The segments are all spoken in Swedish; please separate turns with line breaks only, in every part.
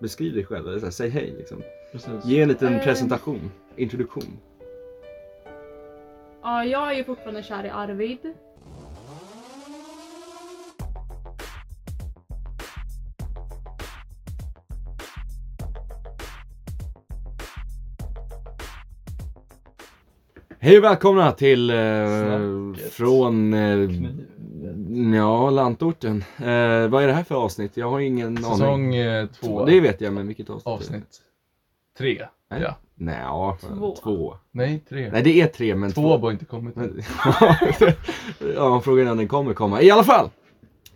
Beskriv dig själv, eller så här, säg hej liksom.
Precis.
Ge en liten
Eh.
presentation, introduktion.
Ja, jag är ju fortfarande kär i Arvid.
Hej och välkomna till eh,
Snacket.
från eh,
Kniven.
ja, lantorten. Eh, vad är det här för avsnitt? Jag har ingen aning.
Säsong eh, två,
Det vet jag, men vilket avsnitt? är det?
avsnitt tre.
Nej.
Ja.
Nej, ja,
Två.
två. två.
Nej, tre.
Nej, det är tre, men
två har bara inte kommit.
Men- ja, frågan är när den kommer komma. I alla fall!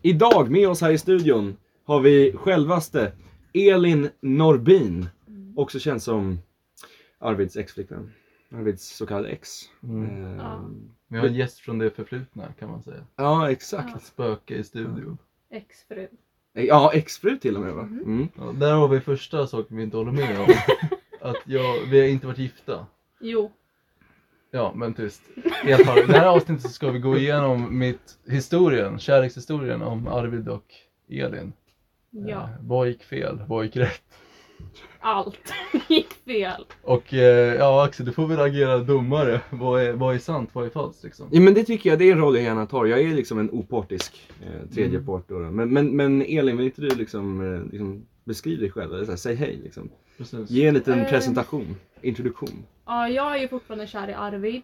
Idag med oss här i studion har vi självaste Elin Norbin. Också känd som Arvids ex-flickvän. Arvids så kallade ex.
Mm.
Ehm,
Ja.
Vi har en gäst från det förflutna kan man säga.
ja, exakt.
Ett spöke i studion.
Exfru.
Ja, exfru till och med va? Mm.
Ja, där har vi första saken vi inte håller med om. Att jag, vi har inte varit gifta.
Jo.
Ja, men tyst. Helt har- I det här avsnittet så ska vi gå igenom mitt historien, kärlekshistorien om Arvid och Elin.
Ja.
Eh, vad gick fel? Vad gick rätt?
Allt gick fel.
Och eh, ja Axel, du får väl agera domare. Vad är, vad är sant? Vad är falskt liksom?
Ja, men det tycker jag, det är en roll jag gärna tar. Jag är liksom en opartisk eh, tredje
Mm.
part. Då, då. Men, men, men Elin, vill inte du liksom, eh, liksom beskriv dig själv? Eller så här, säg hej liksom.
Precis.
Ge en liten
Eh.
presentation, introduktion.
Ja, jag är ju fortfarande kär i Arvid.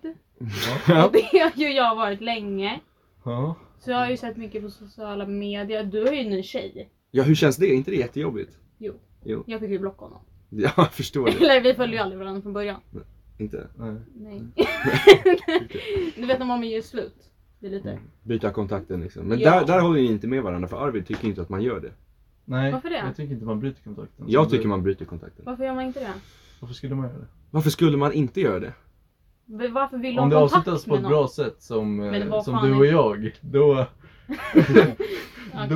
Ja.
Och det har ju jag varit länge.
Ja.
Så jag har ju sett mycket på sociala medier. Du är ju en ny tjej.
Ja, hur känns det? Är inte det jättejobbigt?
Jo.
Jo.
Jag fick ju blocka honom.
Ja, jag förstår det.
Eller vi följde ju aldrig varandra från början.
Inte
Nej.
Nej. du vet när man gör slut. Det är lite.
Mm.
byta kontakten liksom. Men
Ja.
där, där håller ni inte med varandra för Arvid tycker inte att man gör det.
Nej,
Varför det?
jag tycker inte man bryter kontakten.
Jag
Så
tycker man bryter kontakten.
Varför gör man inte det?
Varför skulle man göra det?
Varför skulle man inte göra det?
V- Varför vill
Om
de
det
ha kontakt
avslutas
med
på ett
någon?
bra sätt som, eh,
Men det var
som
fan
du och
inte-
jag, då, då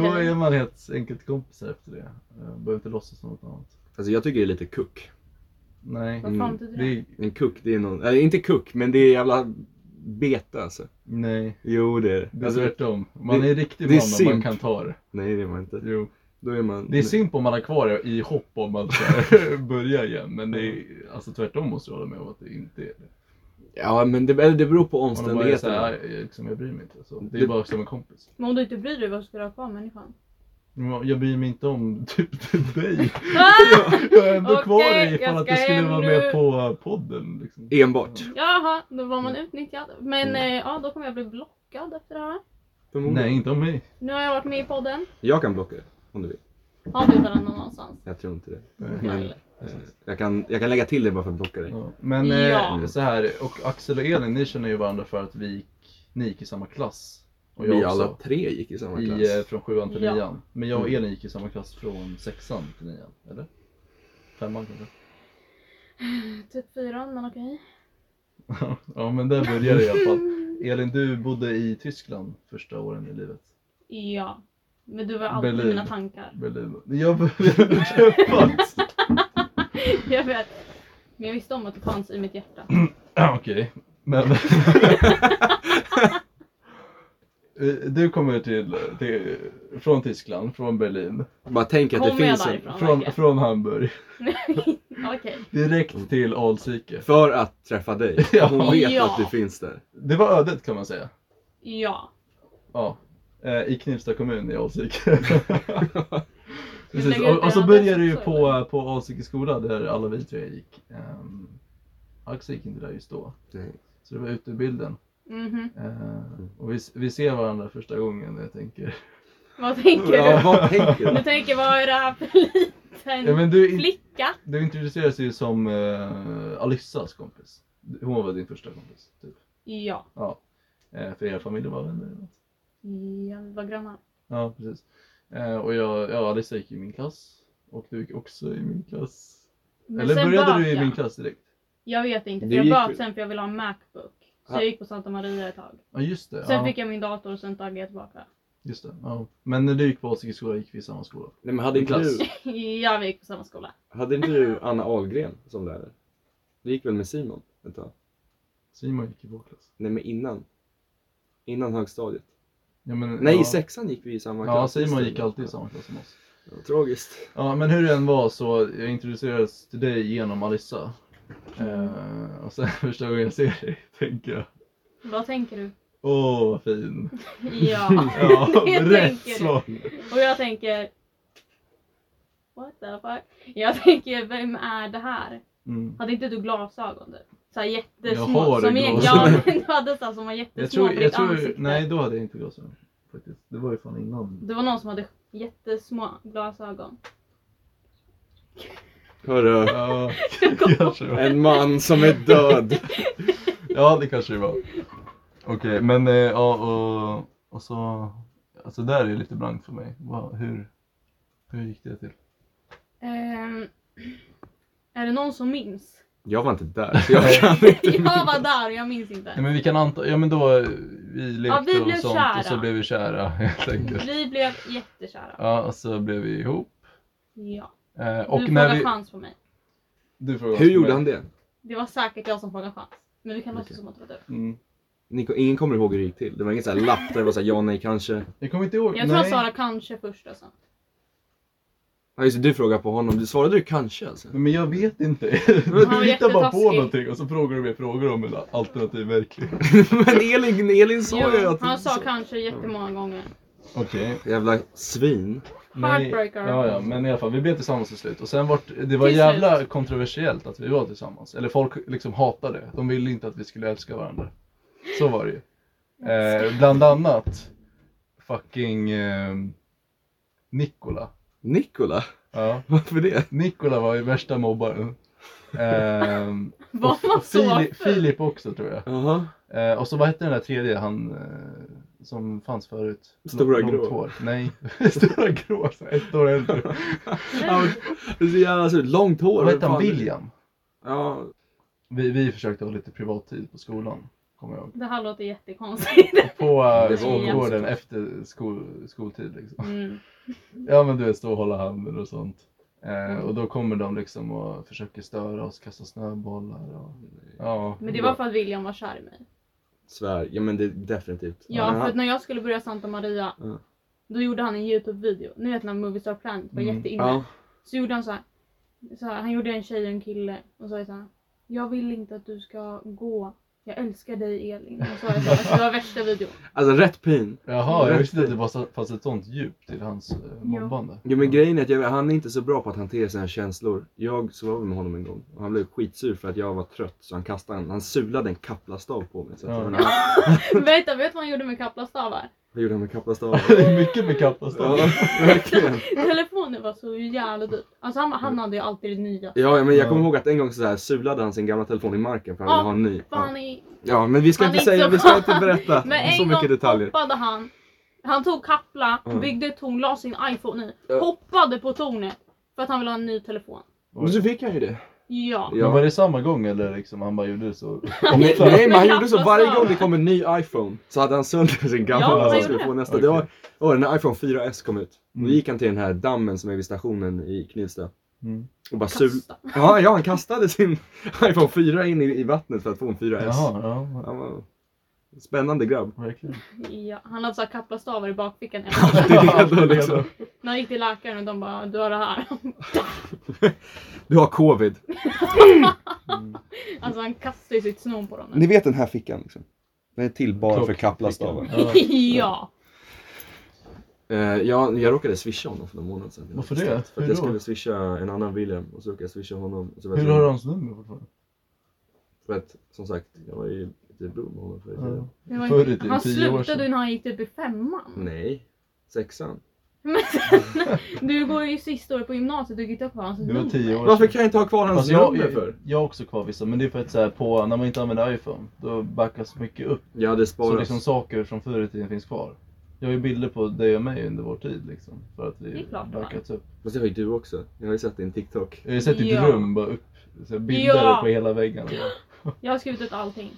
Okej.
är man helt enkelt kompisar efter det. Eh, Behöver inte låtsas något annat.
Alltså jag tycker det är lite kuck.
Nej.
Vad fan betyder
mm. Det
det?
är,
En kuck, det är någon, äh, inte kuck, men det är jävla bete alltså.
nej,
Jo det är
det är
alltså,
tvärtom. Man
det-
är riktig
det är
man om man
simp.
kan ta det.
Nej det är man inte.
Jo.
Då är man...
Det är synd om man har kvar det i hopp om att så här, börja igen. Men det är, alltså, tvärtom måste jag hålla med om att det inte är det.
Ja men det, eller det beror på
Om de bara är så
omständigheterna.
här, "Aj, liksom, jag bryr mig inte. Så. Det är
Det-
bara som en kompis.
Men om du inte bryr dig, varför ska du ha kvar människan?
Men Jag bryr mig inte om typ dig.
Ah!
Jag är ändå kvar
Okej,
dig ifall
jag
att du
ska
skulle
hem
vara
nu.
med på podden. Liksom.
Enbart.
Jaha, då var
Mm.
man utnyttjad. Men eh, ja, då kommer jag bli blockad efter det här.
Förmodligen.
Nej, inte om mig.
Nu har jag varit med i podden.
Jag kan blocka det. Om du vill.
Har vi varandra någonstans?
Jag tror inte det.
Nej.
Men, eh, jag, kan, jag kan lägga till det bara för att blocka dig.
Ja. Men eh,
Ja.
så här, och Axel och Elin, ni känner ju varandra för att vi gick, ni gick i samma klass. Och jag
Vi
också.
alla tre gick i samma klass.
I, eh, från sjuan till
Ja.
nian. Men jag och
Mm.
Elin gick i samma klass från sexan till nian, eller? Femman kanske?
Typ fyran, men okej.
ja men där började det i alla fall. Elin, du bodde i Tyskland första åren i livet.
Ja. Men du var alltid i
Berlin.
mina tankar.
Berlin. Jag började träffas!
Jag vet. Men jag visste om att det fanns i mitt hjärta.
Ja, Okej, men... Eh, du kommer till, till, från Tyskland, från Berlin,
Bara tänk att det
Kommer jag
finns en...
därifrån
från,
verkligen?
från Hamburg,
Okej.
direkt till Alsike.
För att träffa dig.
Ja.
Hon vet
Ja.
att du finns där.
Det var ödet kan man säga.
Ja.
Ja, eh, i Knivsta kommun i Alsike. Precis.
lägger ut
Och, och så
en
började
adress
du ju
också,
på, på Alsike skola där alla vi tre gick. Ehm, Axel gick inte där just då,
Nej.
så det var ute ur bilden.
Mhm.
Eh, och vi, vi ser varandra första gången jag tänker.
Vad tänker
Ja,
du?
vad tänker
Du
du?
tänker, vad är det här för liten
Ja, men du, är in-
flicka?
Du introducerades ju som eh, Alissas kompis. Hon var din första kompis. Typ.
Ja.
Ja. Eh, för er familj var vänner eller något.
Ja, vi var grannar.
Ja, precis. Eh, och jag, ja, Alissa gick i min klass. Och du gick också i min klass.
Men
eller
sen
började
böt
du i
jag.
min klass direkt?
Jag vet inte,
Du
för jag
gick-
böt sen för jag ville ha en Macbook. Så
Ah.
jag gick på Santa Maria ett tag.
Ja, just det.
Sen
ja,
fick jag min dator och sen taggade jag tillbaka.
just det ja. Men när du gick på Åsike skola gick vi i samma skola.
Nej, men hade inte,
Klass.
du,
Ja, vi gick på samma skola.
hade inte du Anna Ahlgren som lärare? Du gick väl med Simon ett tag?
Simon gick i vår klass.
Nej men innan. Innan högstadiet.
Ja, men,
Nej i
ja.
sexan gick vi i samma
Ja,
klass.
Simon gick alltid i samma klass som oss.
Ja, tragiskt.
Ja, men hur det än var så jag introducerades till dig genom Alissa. Eh, och sen första gången jag ser dig tänker jag,
Vad tänker du?
åh vad fin.
Ja,
Ja,
det
rätt
tänker du.
svar.
Och jag tänker... What the fuck? Jag tänker, vem är det här?
Mm.
Hade inte du glasögon typ? Såhär jättesmå.
Jag har
som
glasögon.
är, ja, men du hade såhär som var jättesmå
Jag tror,
på
jag
ditt
tror,
ansikte.
nej då hade jag inte glasögon. Faktiskt. Det var ju fan innan.
Det var någon som hade jättesmå glasögon.
Hörru,
Ja, kanske det var.
en man som är död.
Ja, det kanske det var. Okej, men eh, ja och, och så, alltså där är lite blankt för mig. Vad- hur, hur gick det till?
Ehm, är det någon som minns?
Jag var inte där, så jag kan inte.
Jag var där och jag minns
Nej
inte.
men vi kan anta, ja men då, eh, vi lekte
vi
och
blev
sånt och så
kära.
blev vi kära helt enkelt.
Vi blev jättekära.
Ja, och så blev vi ihop.
Ja.
Eh, och
Du
när
frågade
vi...
chans på mig.
Du frågade
Hur gjorde han det?
Det var säkert jag som frågade chans. Men vi kan låtsas
Okej.
som att det var du.
Mm.
Ni, ingen kommer ihåg hur det gick till. Det var ingen sån här lapp där det var såhär ja, nej, kanske.
Jag kommer inte ihåg.
Jag tror
nej.
jag sa det kanske först och sen.
Ja, just det, du frågade på honom. Du svarade du kanske alltså?
Men jag vet inte.
Han var
Du hittar bara på
jättetaskig.
någonting och så frågar du mig frågor om en alternativ verklighet.
Men Elin, Elin sa ju
Jo,
att...
han sa
så-
kanske jättemånga gånger.
Okej.
Jävla svin.
Nej,
Heartbreaker.
Ja, ja, men i alla fall, vi blev tillsammans till slut. Och sen vart, det var
Till
jävla
slut.
kontroversiellt att vi var tillsammans. Eller folk liksom hatade det. De ville inte att vi skulle älska varandra. Så var det ju. Eh, bland annat fucking eh, Nikola.
Nikola?
Ja,
Varför det?
Nikola var ju värsta mobbaren. Ehm,
Var
och
man så
Fili-
ful?
Filip också tror jag.
Jaha.
Eh, och så vad hette den där tredje han eh, som fanns förut?
Stora
Långt
grå.
hår. Nej, Stora grå. som är Ett år äldre.
Ja, men- Så jävla surt. Långt hår.
Vad hette han?
Fan.
William?
Ja.
Vi, vi försökte ha lite privattid på skolan, kommer jag ihåg.
Det här låter jättekonstigt.
På
Det
äh,
var
skolgården
konstigt.
efter skol, skoltid liksom.
Mm.
Ja men du vet, stå och hålla handen och sånt. Eh, och då kommer de liksom och försöker störa oss, kasta snöbollar och... Ja.
Men det var för att William var kär i mig.
Svär. Ja men det definitivt.
Ja,
men
för
han-
att när jag skulle börja Santa Maria,
Ja.
då gjorde han en Youtube-video. Ni vet när Movie Star Planet var
Mm.
jätteinne.
Ja.
Så gjorde han så här, så här. Han gjorde en tjej och en kille och sa så här. Jag vill inte att du ska gå. Jag älskar dig Elin. Och så, var jag så här, alltså, det var värsta videon.
Alltså rätt pin.
Jaha, jag visste inte att det var så- fanns ett sånt djup till hans eh, mobbande.
Jo men grejen är att jag, han är inte så bra på att hantera sina känslor. Jag så var vi med honom en gång och han blev skitsur för att jag var trött så han kastade en, han sulade en kaplastav på mig. Så att
Ja.
jag, menar,
Vänta, vet du vad han gjorde med kaplastavar?
vad gjorde han med kaplastaven?
Det är mycket med
ja,
kappastad.
verkligen.
Telefonen var så jävla dyr. Alltså han, han hade ju alltid det nya.
Ja, ja, men jag kommer
Ja.
ihåg att en gång så här sulade han sin gamla telefon i marken för att han
Ja,
ville ha en ny.
För
Ja.
han är...
ja men vi ska
han
inte
är inte
säga,
så
vi ska
bra.
inte berätta
Men en
så mycket
gång
detaljer.
hoppade han. Han tog kapla,
Mm.
byggde ett torn, la sin iPhone i.
Ja.
Hoppade på tornet. För att han ville ha en ny telefon.
Men så fick han ju det.
Ja.
Men
Ja.
var det samma gång eller liksom han bara gjorde så?
Nej,
ofta?
nej men han
Men
gjorde så
kaplastav.
varje gång det kom en ny iPhone så hade han sönder sin gamla
Ja, han
så han
gjorde
skulle få
det.
nästa. Det var,
Okej.
det var när iPhone 4S kom ut. Då
Mm.
gick han till den här dammen som är vid stationen i Knivsta
Mm.
och bara sul...
Kasta.
Ja, ja, han kastade sin iPhone 4 in i, i vattnet för att få en 4S.
Jaha, ja.
Han var en spännande grabb.
Verkligen.
Ja, han hade så här kaplastavar i bakfickan.
Det är det liksom.
När han gick till läkaren och de bara du har det här.
Du har covid.
Mm.
Alltså han kastade ju sitt snom på dem.
Ni vet den här fickan liksom? Den är till bara för kaplastaven.
Ja.
Ja.
Eh, jag, jag råkade swisha honom för några månader sedan.
Varför det?
För att
Hur
jag
då?
skulle swisha en annan William och så råkade jag swisha honom. Och så vet
Hur
jag-
har du hans nummer fortfarande?
För att som sagt, jag var ju lite bro med honom förr i tiden.
Det var
Förr i
inte...
tiden,
Han
tio år
slutade
sedan.
ju när han gick typ i femman.
Nej, sexan.
Men sen, du går ju sista året på gymnasiet och gick upp på hans
Det var tio år
Varför
sedan.
kan jag inte ha kvar hans
Alltså, jag,
nummer
jag,
för?
jag har också kvar vissa, men det är för att så här, på, när man inte använder iPhone, då backas mycket upp.
Jag hade
Så
sparat.
liksom saker från förr i tiden finns kvar. Jag har ju bilder på dig och mig under vår tid liksom, för att
Det
vi
är klart det
backats upp.
Fast det har ju du också. Jag har ju sett din TikTok.
Jag har ju sett ditt
Ja.
rum bara upp, så här, bilder
Ja.
på hela väggen.
Jag har skrivit ut allting.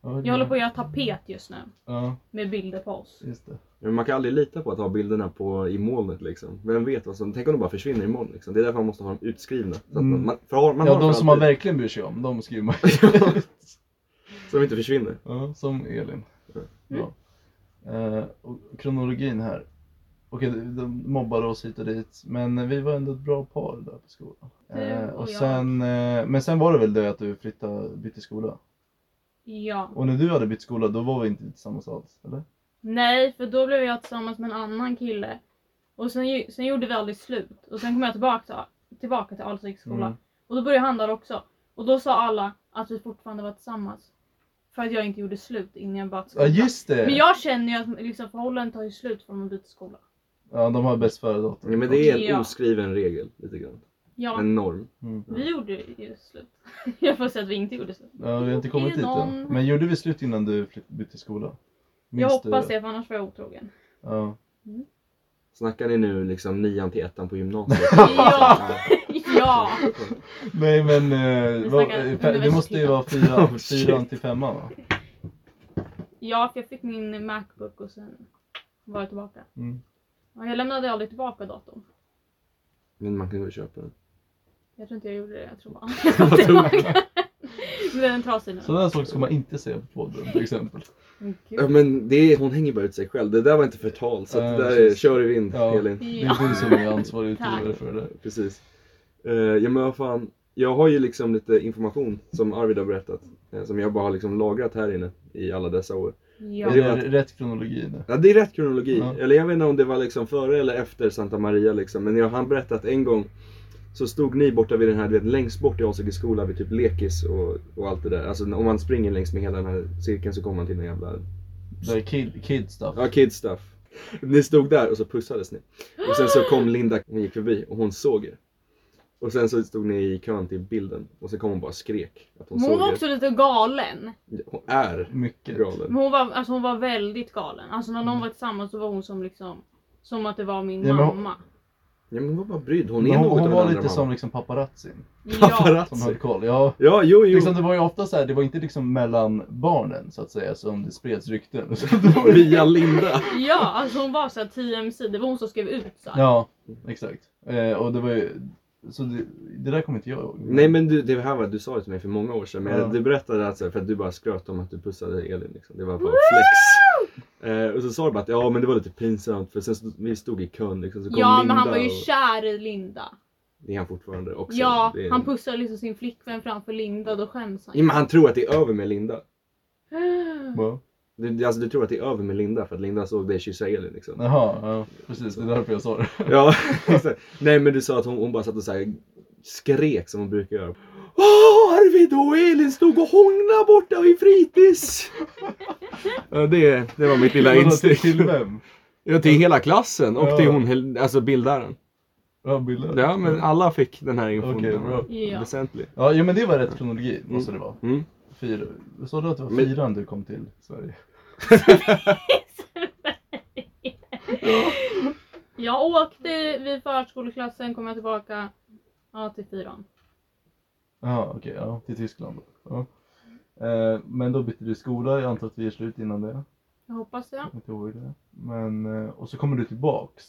Ja,
Jag håller på att göra tapet just nu.
Ja,
Med bilder på oss.
just det.
Men man kan aldrig lita på att ha bilderna på, i molnet liksom. Vem vet vad som... Tänk om de bara försvinner i moln liksom. Det är därför man måste ha dem utskrivna. Så att
Mm.
man, man, för, har- man
ja,
har dem
de
för
som man
alltid,
verkligen bryr sig om, de skriver man
Så de inte försvinner.
Ja, som Elin.
Mm.
Ja. Eh, och kronologin här. Okej, de mobbade oss hit och dit, men vi var ändå ett bra par där på skolan.
Du
Eh,
och
och
jag.
sen, eh, men sen var det väl det att du flyttade, bytte skola?
Ja.
Och när du hade bytt skola, då var vi inte tillsammans alls, eller?
Nej, för då blev jag tillsammans med en annan kille. Och sen, ju- sen gjorde vi aldrig slut. Och sen kom jag tillbaka till, tillbaka till Alsviks skola.
Mm.
Och då började han där också. Och då sa alla att vi fortfarande var tillsammans. För att jag inte gjorde slut innan jag började
Ja, just det!
Men jag känner ju att liksom, förhållandet tar ju slut från att byta skola.
Ja, de har bäst före-datum.
Ja, men det är en
Ja.
oskriven regel lite grann.
Ja,
En norm.
Mm.
vi gjorde ju slut. jag får säga att vi inte gjorde slut.
Ja, vi har inte kommit dit än.
Någon-
Men gjorde vi slut innan du flytt- bytte skola?
Jag hoppas
du?
det, för annars var jag otrogen.
Ja.
Snackar ni nu liksom nian till ettan på gymnasiet?
Ja. ja!
Nej men, eh,
Vi
vad-
snackar
eh, fe- det måste ju vara
Oh,
fyran,
shit.
fyran till femman va?
Ja, för jag fick min Macbook och sen var jag tillbaka.
Mm.
Ja, jag lämnade aldrig tillbaka datorn.
Men man kan ju köpa den.
Jag tror inte jag gjorde det, jag tror bara
Vad
jag tillbaka. Men den är trasig nu.
Sådana här saker ska man inte säga på podden till exempel.
Men gud.
Ja men det är, hon hänger bara ut sig själv. Det där var inte förtal så att
Ja,
det där är
precis.
kör i vind
Ja, det
Elin.
är du som är ansvarig utgivare för det.
Precis. Eh, ja men vad fan. Jag har ju liksom lite information som Arvid har berättat. eh, som jag bara har liksom lagrat här inne i alla dessa år.
Ja.
Är
Det
det
var-
rätt kronologi nu?
Ja det är rätt kronologi.
Ja.
Eller jag vet inte om det var liksom före eller efter Santa Maria liksom. Men jag har berättat en gång så stod ni borta vid den här, du vet längst bort i Alsike skola vid typ lekis och, och allt det där. Alltså om man springer längs med hela den här cirkeln så kommer man till den jävla
Det är kid, kid stuff.
Ja, kid stuff. Ni stod där och så pussades ni. Och sen så kom Linda, hon gick förbi och hon såg er. Och sen så stod ni i kön till bilden och sen kom hon bara och skrek att hon
Men hon
såg
var
er.
också lite galen.
Hon är
Mycket.
galen.
Men hon var, alltså hon var väldigt galen. Alltså när de var tillsammans så var hon som liksom som att det var min
Ja, Mm. men hon-
mamma.
Ja men hon var bara brydd, hon
Men
är
hon,
något
hon
av
var
en
lite
andra
som
mamma.
liksom paparazzin.
Ja.
Som
Paparazzi.
höll koll. Ja.
Ja, jo jo.
Liksom, det var ju ofta så här, det var inte liksom mellan barnen så att säga som det spreds rykten. Så det var ju-
Via Linda.
ja, alltså hon var såhär TMC. Det var hon som skrev ut såhär.
Ja, exakt. Eh, och det var ju, så det, det där kommer inte jag ihåg.
Nej men du, det här var, du sa det till mig för många år sedan men
Ja.
du berättade att, så här, för att du bara skröt om att du pussade Elin liksom. Det var bara flex. Eh, och så sa du bara att ja men det var lite pinsamt för sen så, vi stod i kön liksom så kom
Ja,
Linda
men han var ju
och...
kär i Linda.
Det är han fortfarande också.
Ja,
det är...
han pussar liksom sin flickvän framför Linda. Då skäms han
Ja,
ju.
men han tror att det är över med Linda.
Va?
Du, du- alltså, du tror att det är över med Linda för att Linda såg dig kyssa Elin liksom.
Jaha, ja, precis. Det är därför jag sa det.
Ja, exakt. Nej men du sa att hon, hon bara satt och så här skrek som hon brukar göra. Åh, Arvid och Elin stod och hånglade borta vid fritids. ja, det, det var mitt lilla
Vadå, till-
instick.
Till vem?
Ja, till hela klassen och
Ja.
till hon, hel- alltså bildaren.
Ja, Bille.
Ja, men alla fick den här infon.
Okej, bra.
Ja.
Väsentlig.
Ja, jo, men det var rätt kronologi, måste det vara.
Mm.
Fyra. Sa du att det var
Men-
fyran du kom till Sverige?
Jag åkte vid förskoleklassen, kom jag tillbaka ja, till fyran.
Jaha, okej, ja, till Tyskland då. Ja. Eh, men då bytte du skola, jag antar att vi är slut innan det.
Jag hoppas det.
Jag kommer inte ihåg det. Men, eh, och så kommer du tillbaks.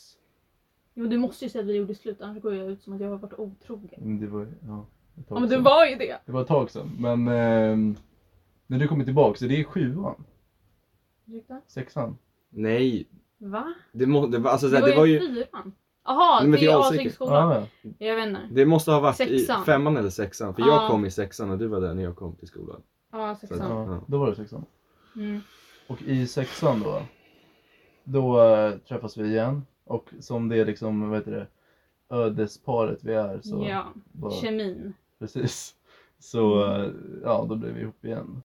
Jo, du måste ju säga att vi gjorde slut, annars går jag ut som att jag har varit otrogen.
Men Det var, ja, ett tag
Ja, men det
sedan.
var ju det.
det var ett tag sedan, men ehm, när du kommer tillbaks, är det i sjuan?
Ursäkta?
Sexan?
Nej,
Va?
det, må, det, var- alltså, så
Det
här,
var,
det var ju...
ju fyran. Jaha,
Nej, men
det är
till
ju
Alsike.
Alsike skola.
ja.
Jag vet inte.
Det måste ha varit i
Sexan.
femman eller sexan, för
Ja.
jag kom i sexan och du var där när jag kom till skolan.
Ja, sexan.
ja, då var det sexan.
Mm.
Och i sexan då, då eh, träffas vi igen. Och som det är liksom, vad heter det, ödesparet vi är så
Ja,
bara,
kemin.
precis. Så
Mm.
eh, ja, då blev vi ihop igen.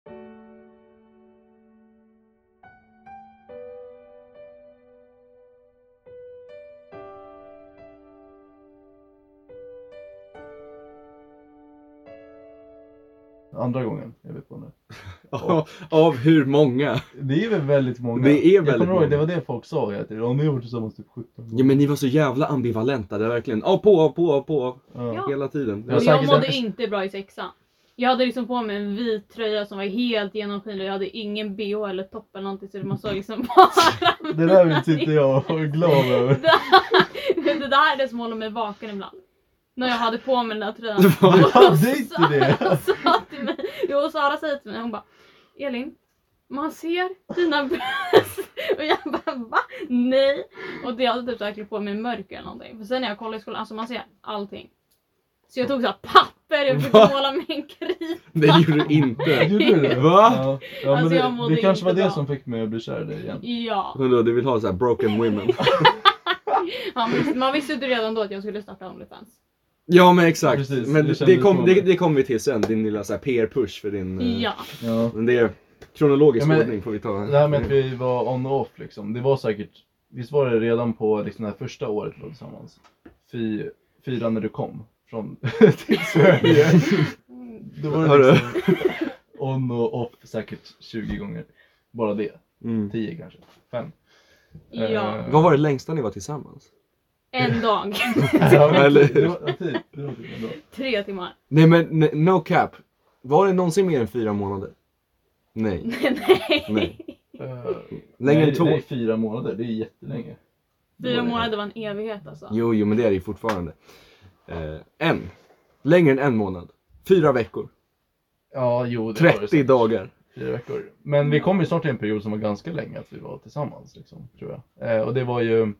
Andra gången är vi på nu.
Av- Av hur många?
Det är väl väldigt många.
Det är
jag
väldigt
kommer ihåg,
många.
det var det folk sa hela tiden. Om ni har varit tillsammans typ 17
Ja men ni var så jävla ambivalenta, det var verkligen av, på, av, på, av, på, av,
Ja.
Ja.
hela tiden.
Jag har
Och
Det
jag
säkert-
mådde inte bra i sexan. Jag hade liksom på mig en vit tröja som var helt genomskinlig. Jag hade ingen bh eller topp eller någonting så man såg liksom bara
Det där vill typ inte jag vara glad över.
Det där- det där är det som håller mig vaken ibland. När jag hade på mig den där tröjan.
var-
Du hade inte det!
Sara sa till mig, jo, Sara säger till mig, hon bara Elin, man ser dina bröst. Och jag bara va? Nej. Och det hade typ så här klippt på mig mörker eller någonting. För sen när jag kollade i skolan, alltså man ser allting. Så jag tog så här papper och
Va?
försökte måla med en krita.
Det gjorde du inte.
Gjorde du det?
Va?
Ja, ja men
Alltså, jag
det,
mådde
det kanske var
inte
det
bra.
som fick mig att bli kär i dig igen.
Ja.
Men då, du vill ha så här broken women.
ja man, visste, man visste ju redan då att jag skulle starta Onlyfans.
Ja men exakt.
Precis,
men
det
det,
kändes
kom,
som
det,
det.
det kommer vi till sen, din lilla så här PR-push för din... eh,
Ja.
Ja.
Men det är kronologisk
Ja, men-
ordning får vi ta.
Det här med att vi var on och off liksom, det var säkert, visst var det redan på liksom, det här första året vi var tillsammans? Fy, fyra när du kom från till Sverige.
Mm.
Då var
Hörru.
det liksom on och off säkert 20 gånger. Bara det,
Mm.
10 kanske, 5. Eh.
Ja.
Vad var det längsta ni var tillsammans?
En dag.
Eller hur?
det var, ja, typ, det var typ ändå.
Tre timmar.
Nej men n- no cap. Var det någonsin mer än fyra månader? Nej.
Nej.
Nej.
Eh,
Längre
nej,
än två?
Nej, fyra månader, det är jättelänge.
Fyra månader var en evighet alltså.
Jo, jo men det är det ju fortfarande. Eh, en. Längre än en månad. Fyra veckor.
Ja, jo, det var det
30
säkert.
dagar.
fyra veckor. Men vi kom ju snart till en period som var ganska länge att vi var tillsammans, liksom, tror jag. Eh, och det var ju,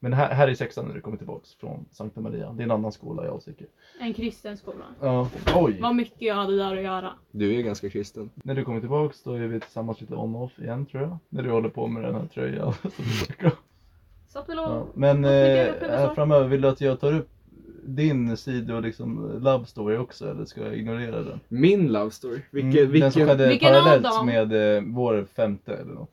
men här, här i sexan när du kommer tillbaks från Sankta Maria, det är en annan skola i Alsike.
En kristen skola.
Ja, oj!
Vad mycket jag hade där att göra.
Du är ganska kristen.
När du kommer tillbaks då är vi tillsammans lite on-off igen tror jag. När du håller på med den här tröjan. som du snackar om.
Satt väl och...
ja. Men eh,
Vilka grupper
här
sa?
framöver, vill du att jag tar upp din sida och liksom love story också eller ska jag ignorera den?
Min love story. Vilken,
Mm, Den som
vilken,
skedde
Vilken av
parallellt
dem?
med eh, vår femte eller något.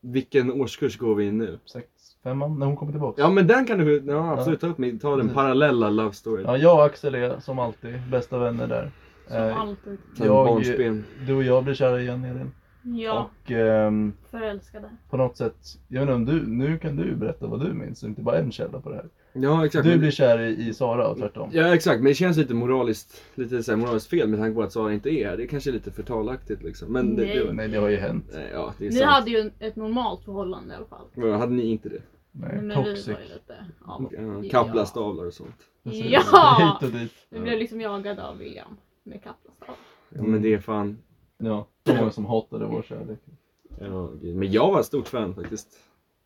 vilken årskurs går vi i nu?
Sex, femman, när hon kommer tillbaks.
Ja men den kan du ja, absolut ta upp. men Ta den
Precis.
parallella love story.
Mm. Ja, jag och Axel är som alltid bästa vänner där.
Som
Eh,
alltid.
Sen
jag-
barnsben.
Du och jag blir kära igen Elin.
Ja,
Och ehm,
förälskade.
på något sätt, jag vet inte om du, nu kan du berätta vad du minns och inte bara en källa på det här.
Ja exakt.
Du
men-
blir kär i, i Sara och tvärtom.
Ja exakt, men det känns lite moraliskt, lite så här moraliskt fel med tanke på att Sara inte är här. Det är kanske är lite förtalaktigt liksom. Men det, det var...
Nej det har ju hänt.
Nej, Ja, det är
Ni
sant.
hade ju ett normalt förhållande i alla fall.
Ja, hade ni inte det?
Nej,
Nej,
men vi
toxic.
var ju lite... Ja,
Ja, Kaplastavlor och sånt.
Ja!
Hit och dit.
vi blev liksom jagade av William med kaplastav.
Ja,
Mm.
men det är fan.
Ja, så många som hatade vår kärlek.
Ja, gud. men jag var ett stort fan faktiskt.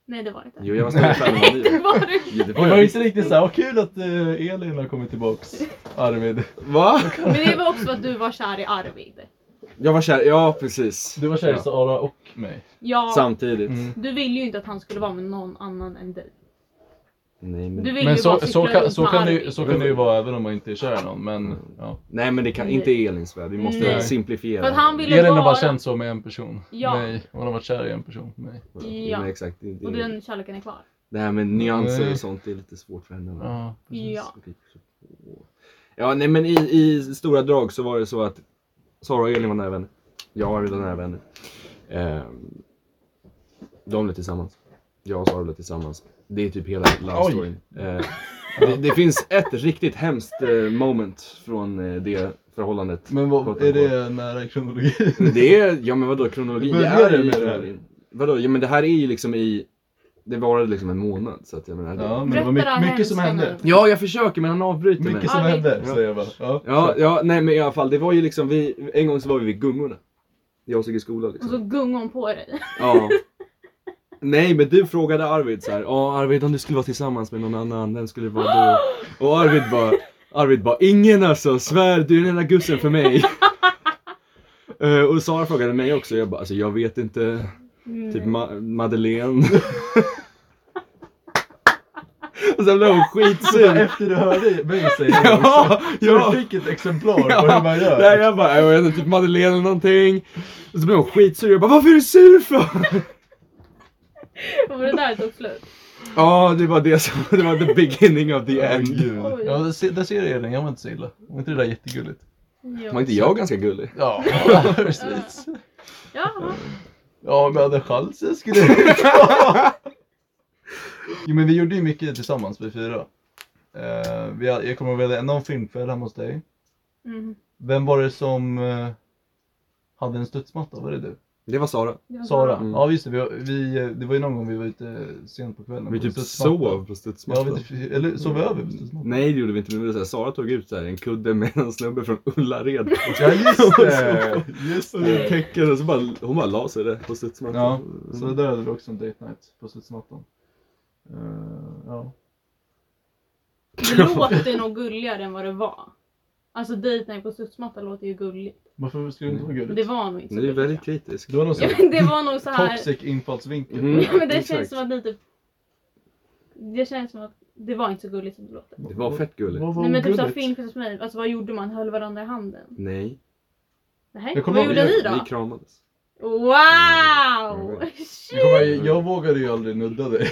Nej, det var det inte.
Jo, jag var stort fan av
Det
dig.
var det
Ja, det
Det
var
var
jag
ju
visst.
inte riktigt såhär, vad kul att eh, Elin har kommit tillbaks. Arvid.
Va?
Men det var också för att du var kär i Arvid.
Jag var kär, ja precis.
Du var kär i
ja.
Sara och mig.
Ja,
Samtidigt.
Mm.
du ville ju inte att han skulle vara med någon annan än dig.
Nej, men...
Du ville
Men
ju
så,
bara
så,
cykla
kan,
runt
så,
med
kan det, ju-
Arvid.
så kan det ju vara även om man inte är kär i någon men ja.
Nej men det kan inte i Elins värld. Vi måste
Nej.
simplifiera.
För att han ville
Elin har bara
vara...
känt så med en person.
Ja.
Nej, hon har varit kär i en person. Nej.
Ja. Men exakt. Det,
Och
det,
den kärleken är kvar.
det här med nyanser
Nej.
och sånt det är lite svårt för henne.
Ja, precis.
Ja.
Alltså, Ja, nej men i, i stora drag så var det så att Sara och Elin var nära vänner. Jag var redan nära vänner. Ehm, de blev tillsammans. Jag och Sara blev tillsammans. Det är typ hela love
Oj.
storyn. Eh, det, det finns ett riktigt hemskt eh, moment från eh, det förhållandet.
Men vad, är det nära kronologin?
Det är, ja men vadå kronologi?
Det
Det
börjar
är
med
ju
det.
Elin. Vadå? Ja men det här är ju liksom i, det varade liksom en månad så att jag menar.
Ja,
Ja,
men det var
Berätta det
mycket,
här
mycket som
hemska
hände.
ja jag försöker men han avbryter mig.
Mycket som
Arvid.
hände,
Ja.
säger jag bara. Ja.
Ja, ja, nej men i alla fall, det var ju liksom vi, en gång så var vi vid gungorna. Jag gick i skolan
Och
liksom.
så gungade hon på dig.
Ja. Nej men du frågade Arvid så här, ja Arvid om du skulle vara tillsammans med någon annan, vem skulle det vara då? Och Arvid bara, Arvid bara, ingen alltså, svär du är den enda gussen för mig. Eh, och Sara frågade mig också, jag bara, alltså jag vet inte,
Mm.
typ Ma- Madeleine. och sen blev hon skitsur.
Efter du hörde mig säga det också.
ja,
Jag
ja.
fick ett exemplar på
Ja,
hur man gör.
Nej, jag bara, jag vet inte, typ Madeleine eller någonting. Och så blev hon skitsur. Jag bara, varför är du sur för?
Och det där tog slut.
Ja, det var det som, det var the beginning of the
Åh,
end.
gud. Ja, där ser- där ser du Elin, jag var inte så illa. Var inte det där jättegulligt?
Var
Ja.
inte jag ganska gullig?
Ja, precis.
ja.
Ja, om jag hade chansen skulle jag ta. Jo men vi gjorde ju mycket tillsammans, vi fyra. Eh, vi, hade- jag kommer ihåg vi hade någon filmkväll hemma hos dig.
Mm.
Vem var det som eh, hade en studsmatta? Var det du?
Det var Sara.
Det var
Sara.
Mm.
Ja just det, vi, har- vi, eh, det var ju någon gång vi var ute sent på kvällen.
Vi
på
typ
studsmattan.
sov på
Ja, vi
studsmattan.
typ, eller sov vi över på studsmattan?
Nej det gjorde vi inte, men det var så här, Sara tog ut så här, en kudde med en snubbe från Ullared.
Ja just det! just
Och en
det.
täcken och så bara, hon bara la sig där på studsmattan.
Ja, så där hade vi också en date night på studsmattan. Eh, ja.
Det låter nog gulligare än vad det var. Alltså date night på studsmatta låter ju gulligt.
Varför skulle det inte vara
Men det
gulligt?
var nog inte
Nu
så
är
gulligt.
väldigt kritisk.
Det var nog så
ja, men det var nog så här.
toxic infallsvinkel.
Mm.
Ja, men det
Exakt.
känns som att ni typ... Det känns som att det var inte så gulligt som det låter.
Det var fett gulligt.
Vad var
Nej men typ såhär
ogulligt?
filmkväll för mig, alltså vad gjorde man? Höll varandra i handen?
Nej,
Nej,
Jag kommer ihåg-
vad
Mm.
gjorde ni
vi
då?
kramades.
Wow!
Mm.
Jag, kommer ihåg, jag vågade ju aldrig nudda dig.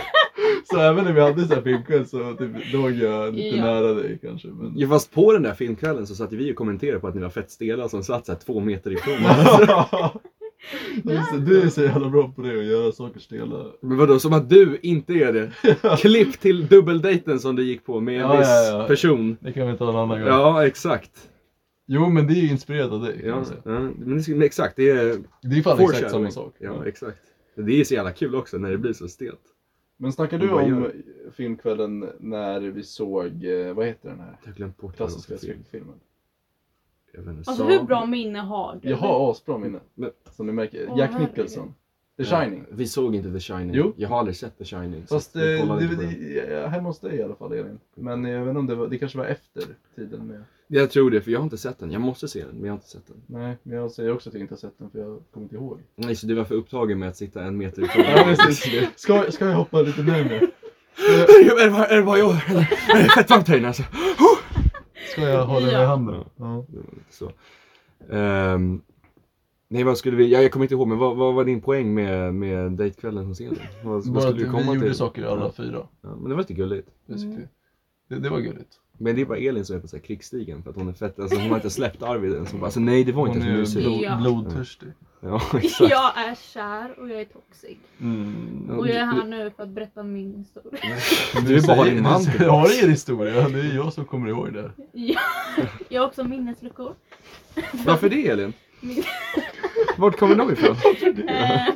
så även när vi hade så här filmkväll så typ, låg jag lite
Ja.
nära dig kanske. Men...
Ja, fast på den där filmkvällen så satt ju vi och kommenterade på att ni var fett stela som satt så här två meter ifrån varandra.
Just det, du är så jävla bra på det att göra saker stela.
Men vadå, som att du inte är det? Klipp till dubbeldejten som du gick på med en
Ja,
viss
ja, ja.
person.
Det kan vi ta en annan gång.
Ja, exakt.
Jo men det är ju inspirerat av dig. Kan
Ja,
man säga.
ja. Men det, men exakt, det är
Det är fan Mm. exakt samma
foreshadowing.
sak.
Ja, exakt. Det är så jävla kul också när det blir så stelt.
Men snackar du
Vad
om
gör
filmkvällen när vi såg, eh, vad heter den här
Jag har glömt bort vad det var
klassiska
för film.
skräckfilmen?
Jag vet inte,
Alltså
Sa-
hur bra minne har du?
Jag har asbra minne.
Men-
Som ni märker.
Åh,
Jack
herregud.
Nicholson. The
Ja,
Shining.
Vi såg inte The Shining.
Jo.
Jag har aldrig sett The Shining. så
Fast eh,
jag kollar
det,
inte på den.
det, hemma hos dig i alla fall Elin. Men jag vet inte om det var, det kanske var efter tiden med.
Jag tror det, för jag har inte sett den. Jag måste se den, men jag har inte sett den.
Nej, men jag säger också att jag inte har sett den för jag kommer inte ihåg.
Nej, så du var för upptagen med att sitta en meter ifrån.
Ja, precis. Ska, ska jag hoppa lite närmare? Ska jag,
är, det bara, är det bara jag eller? Är det fett varmt här inne alltså?
ska jag ha den i
Ja.
handen? Ja.
Så. Ehm, nej, vad skulle vi... Ja, jag kommer inte ihåg, men vad, vad var din poäng med, med dejtkvällen hos Elin? Vad, vad
Bara att
skulle
vi
du komma
gjorde
till?
saker alla
Ja,
fyra.
ja, men det var lite gulligt.
basically.
Mm.
Det, det var gulligt.
Men det är bara Elin som är på så här krigsstigen för att hon är fett, alltså hon har inte släppt Arvid än. Så hon bara, alltså nej det var inte
Hon
så
är
mysigt.
ju blod,
Ja.
blodtörstig.
Ja, exakt.
Jag är kär och jag är toxic.
Mm.
Och jag är här nu för att berätta min historia.
Du är bara
säger-
din man.
Du säger- har ingen historia, det är jag som kommer ihåg det.
Ja, jag har också minnesluckor.
Varför det Elin? Vart kommer de ifrån?
Eh,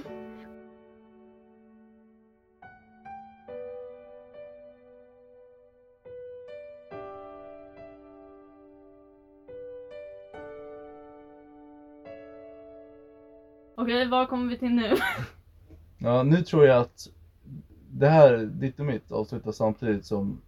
Okej, vad kommer vi till nu?
Ja, nu tror jag att det här, ditt och mitt, avslutas samtidigt som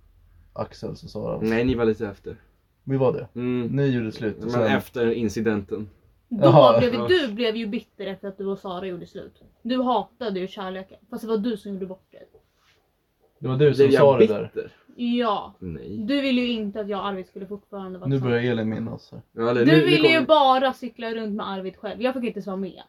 Axels och Saras.
Nej, ni var lite efter.
Vi var det.
Mm.
Ni gjorde slut och
Men
sen...
efter incidenten.
Då
Jaha,
blev, ju-
ja.
Du blev ju bitter efter att du och Sara gjorde slut. Du hatade ju kärleken, fast det var du som gjorde bort dig.
Det var du som
Blev jag
sa det
bitter?
där.
Ja,
Nej.
du ville ju inte att jag och Arvid skulle fortfarande vara
Nu
tillsammans.
börjar Elin minnas. här.
Ja, eller,
Du ville ju
bara...
bara cykla runt med Arvid själv, jag fick inte ens vara med.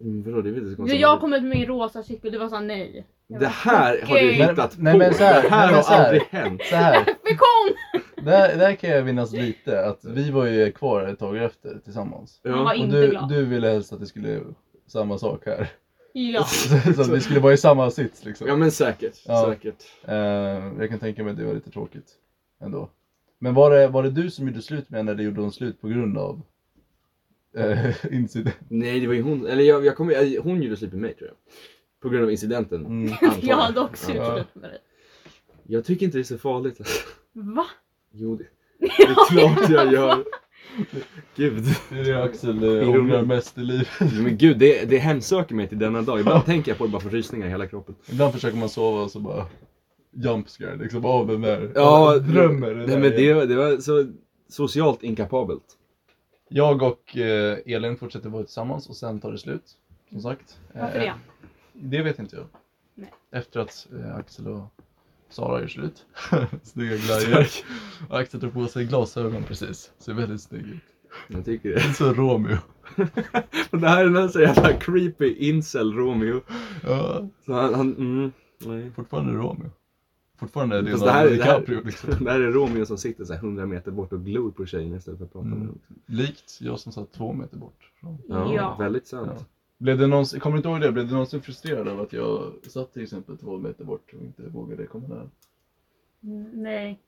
Mm, vadå, det är väl inte så
Du,
konstigt.
jag kom ut med min rosa cykel, du var såhär nej. Jag
Det
bara,
här har du
okej.
hittat
Nej,
på.
men så här,
det
nej,
här
men
har
så här.
aldrig hänt.
Så här,
För kon!
där, där kan jag minnas lite att vi var ju kvar ett tag efter tillsammans.
Han var
Ja.
Och
inte
du,
glad.
du ville helst att det skulle samma sak här.
Ja.
Så, att vi skulle vara i samma sits liksom.
ja, men säkert.
Ja.
Säkert.
Eh, jag kan tänka mig att det var lite tråkigt ändå. Men var det, var det du som gjorde slut med henne eller gjorde hon slut på grund av eh, incident?
Nej, det var ju hon. Eller jag, jag kommer... eh, Hon gjorde slut med mig tror jag. På grund av incidenten.
Mm.
antar
Jag hade också
Ja.
gjort
Ja.
slut med dig.
Jag tycker inte det är så farligt. alltså.
Va?
Jo, det, det är klart jag gör. Gud.
Det är det Axel
eh, ångrar
ångrar mest i livet.
Men gud, det, det hemsöker mig till denna dag. Ibland tänker jag på det bara för rysningar i hela kroppen.
Ibland försöker man sova och så bara jump scare liksom. Av den där.
Ja,
drömmer det
Nej,
där
men
igen.
det, det var så socialt inkapabelt.
Jag och eh, Elin fortsätter vara tillsammans och sen tar det slut. Som sagt.
Varför
Eh,
det?
Det vet inte jag.
Nej.
Efter att eh, Axel och Sara gör slut. Snygga glajjor. Och Axel tar på sig glasögon precis. Ser väldigt snygg ut.
Jag tycker det.
Så Romeo.
Och det här är en så jävla creepy incel Romeo.
Ja,
Så han, han mm, nej.
fortfarande Romeo. Fortfarande
Fast det här,
Leonardo
är- det,
DiCaprio liksom.
här, det här är Romeo som sitter så här 100 meter bort och glor på tjejen istället för att prata med
Mm.
dem.
Likt jag som satt två meter bort. från-
Ja,
Ja.
väldigt sant.
Blev det någonsin, kommer du inte ihåg det? Blev du någonsin frustrerad av att jag satt till exempel två meter bort och inte vågade komma nära?
Mm, Nej.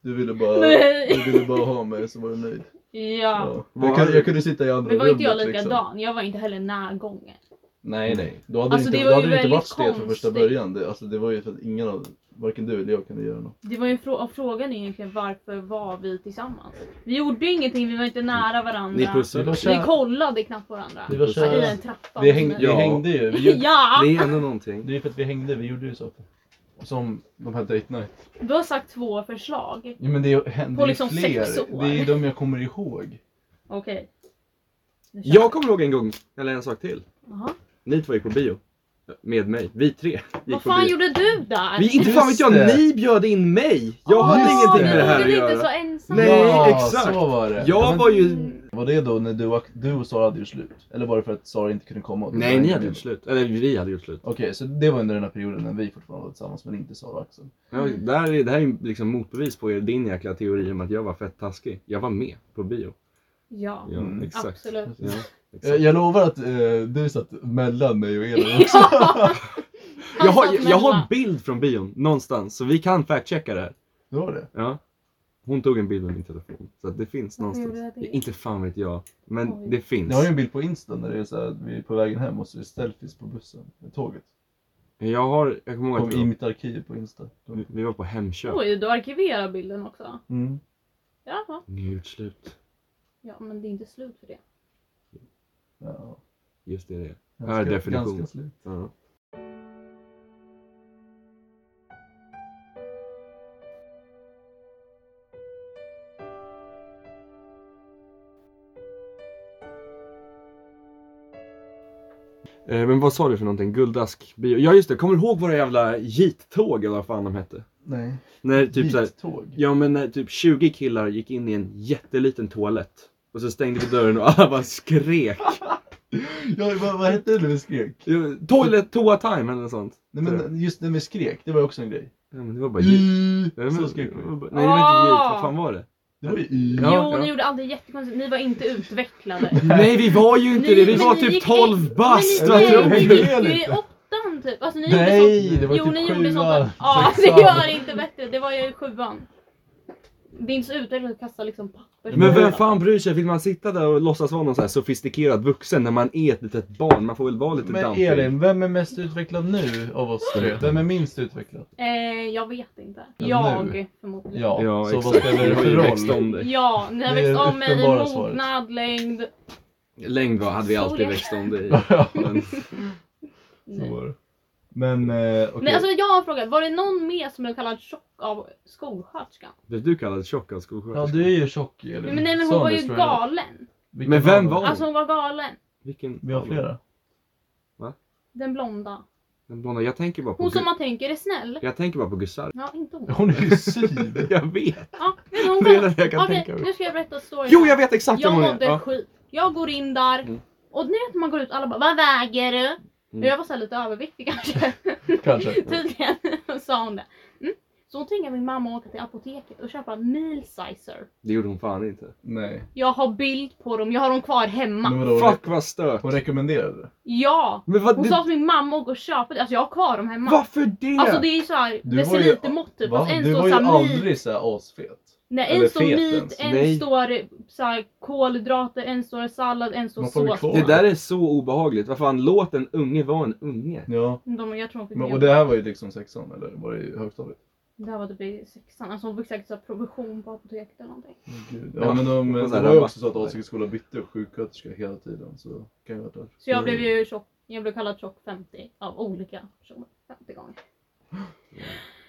Du ville bara,
Nej.
du ville bara ha mig så var du nöjd.
Ja.
Ja.
Vad
Jag, kunde,
hade-
jag kunde sitta i andra
Men var inte jag
rummet, liksom.
likadan? Jag var inte heller närgången.
Nej nej, då hade
Alltså,
det
det
inte,
var
då
ju
hade det inte
väldigt
varit stelt från första
konstigt.
början. Det, alltså, det var ju för att ingen av, varken du eller jag kunde göra något.
Det var ju frå- och frågan är egentligen varför var vi tillsammans? Vi gjorde ju ingenting, vi var inte nära
Ni
varandra.
pussade.
Vi kollade knappt varandra.
Vi var
Puss.
I
kära.
en trappa.
Vi, häng, vi
Ja.
hängde ju. Vi gjorde,
Ja!
Det är ändå någonting.
Det är för att vi hängde, vi gjorde ju saker.
Som de här date night.
Du har sagt två förslag.
Ja, men det hände
På
ju
liksom
fler.
sex år.
Det är de jag kommer ihåg.
Okej. Nu kör
Jag kommer ihåg en gång, eller en sak till.
vi. Jaha.
Ni två gick på bio. Med mig. Vi tre gick
Vad
på
fan
bio.
gjorde du där?
Vi, inte fan vet
Just
jag,
det.
ni bjöd in mig! Jag
Åh,
hade ingenting med det här att
Du åkte
göra.
inte så ensam. Mm.
Nej,
ja,
exakt.
så var det.
Jag
Men
var ju...
Var det då när du, du och Sara hade gjort slut? Eller var det för att Sara inte kunde komma? och du
Nej,
var
ni
inte
hade
med?
gjort slut. Eller vi hade gjort slut.
Okej, så det var under den här perioden när vi fortfarande var tillsammans men inte Sara och Axel.
Ja, det, här är, det här är ju liksom motbevis på er, din jäkla teori om att jag var fett taskig. Jag var med på bio.
Ja,
Ja,
Mm.
exakt.
absolut.
Ja,
Jag,
exakt.
jag lovar att eh, du satt mellan mig och Elin också.
Ja! Han
Jag, har,
satt
jag, jag har en
mellan.
bild från bion någonstans, så vi kan factchecka det här.
Det var det.
Ja. Hon tog en bild med min telefon, så att det finns
Varför
någonstans.
gjorde jag det?
Inte fan vet jag, men
Oj.
det finns.
Jag har ju en bild på Insta när det är så här, att vi är på vägen hem och så är det selfies på bussen, med tåget.
Jag har, jag kommer ihåg
Kom
att
I
vi
mitt arkiv på Insta.
var, vi var på Hemköp.
Oj, du arkiverar bilden också.
Mm.
Jaha.
Ni har gjort slut.
Ja, men det är inte slut för det.
Ja,
Just det, det är.
ganska-
Här är definition.
ganska slut.
Ja. Eh, Men vad sa du för någonting? Guldask bio? Ja just det, kommer du ihåg våra jävla jittåg eller vad fan de hette?
Nej.
När typ såhär,
tåg.
ja men när typ 20 killar gick in i en jätteliten toalett. Och så stängde vi dörren och alla bara skrek.
Ja, vad, vad hette det när vi skrek?
Ja, Toilet, toa time eller något sånt.
Nej men just när vi skrek, det var ju också en grej.
Ja, men det var bara ljud. Ja, men-
Så skrek vi.
Nej det var inte ljud,
Ah!
vad fan var det?
Det var ju i.
Ja,
jo,
ja.
ni gjorde aldrig jättekonstigt. Ni var inte utvecklade.
Nej vi var ju inte det, vi
men
var
ni
typ
gick
12
i-
bast!
Men
vad
ni,
tror
tror
jag.
nej,
du?
ni gick ju
Hängde
i åttan typ. Alltså, ni gjorde sånt.
Nej, det var
Jo,
typ
ni gjorde sånt.
sjuan,
att- Ja, det
sexan.
gör inte bättre. Det var ju sjuan. Det är inte så utvecklat att kasta liksom papper.
Men vem fan bryr sig? Vill man sitta där och låtsas vara någon sån här sofistikerad vuxen när man är ett litet barn? Man får väl vara lite
Men
dampig?
Elin, vem är mest utvecklad nu av oss tre? Vem är minst utvecklad?
Eh, jag vet inte.
Ja, nu.
Jag förmodligen.
Ja,
Ja,
så
exakt.
vad spelar det för
Vi har ju växt
roll?
om dig.
Ja, ni har
Det är
växt om mig i
uppenbara svaret.
mognad, längd.
Längd var, hade vi alltid
Sorry.
växt om dig
Ja,
Men
så var det. Men eh, okej.
Men alltså jag har en fråga. Var det någon mer som blev kallad tjock av skolsköterskan?
blev du kallad tjock av
Ja,
skolsköterskan?
du är ju tjock Elin.
Mm.
Men nej men
Sa
hon var
det,
ju
tror jag.
galen.
Vilken
Men vem var-
Alltså hon var galen.
Vilken?
Vi har flera.
Den blonda.
Den blonda. Jag tänker bara på...
Hon som
Gu-
man tänker är snäll.
Jag tänker bara på Gustav.
Ja, inte hon.
Hon är ju syd.
Jag vet!
Ja, men hon
Det är det
var...
jag kan
Okej,
tänka mig.
nu ska jag berätta storyn.
Jo jag vet exakt
Jag
vem hon är!
mådde
Ja.
skit. Jag går in där
Mm.
och ni vet när man går ut alla bara Vad väger du? Och
Mm.
jag var så här lite överviktig kanske.
Kanske.
Tydligen sa hon det. Mm. Så hon tvingade min mamma att åka till apoteket och köpa en meal sizer.
Det gjorde hon fan inte.
Nej.
Jag har bild på dem, jag har dem kvar hemma.
Men vadå, hon,
Fuck vad stört!
hon rekommenderade det.
Ja!
Men vad...
Hon
det-
sa till min mamma att gå och köpa det. Alltså jag har kvar dem hemma.
Varför det?
Alltså det är ju såhär
Du var ju-
decilitermått typ.
Va?
Alltså, en
Du
står
var ju
såhär meat,
aldrig såhär asfet.
nej,
eller
en står
fet
meat,
ens.
en
Nej.
står såhär kolhydrater, en står sallad, en står
Man får ju
sås.
kvar.
Det där är så obehagligt. Vad fan, låt en unge vara en unge.
Ja.
De, jag tror hon fick
Men,
men,
och det här var ju liksom sexan eller var det i högstadiet?
Det här var typ i sexan. Alltså hon fick säkert så här provision på apoteket eller någonting.
Gud. Ja men de,
Och så
det
här
var ju
rabatt.
också så att Alsike skola bytte sjuksköterska hela tiden så kan ju ha varit därför.
Så jag
Mm.
blev ju tjock. Jag blev kallad tjock 50 av olika personer. 50 gånger.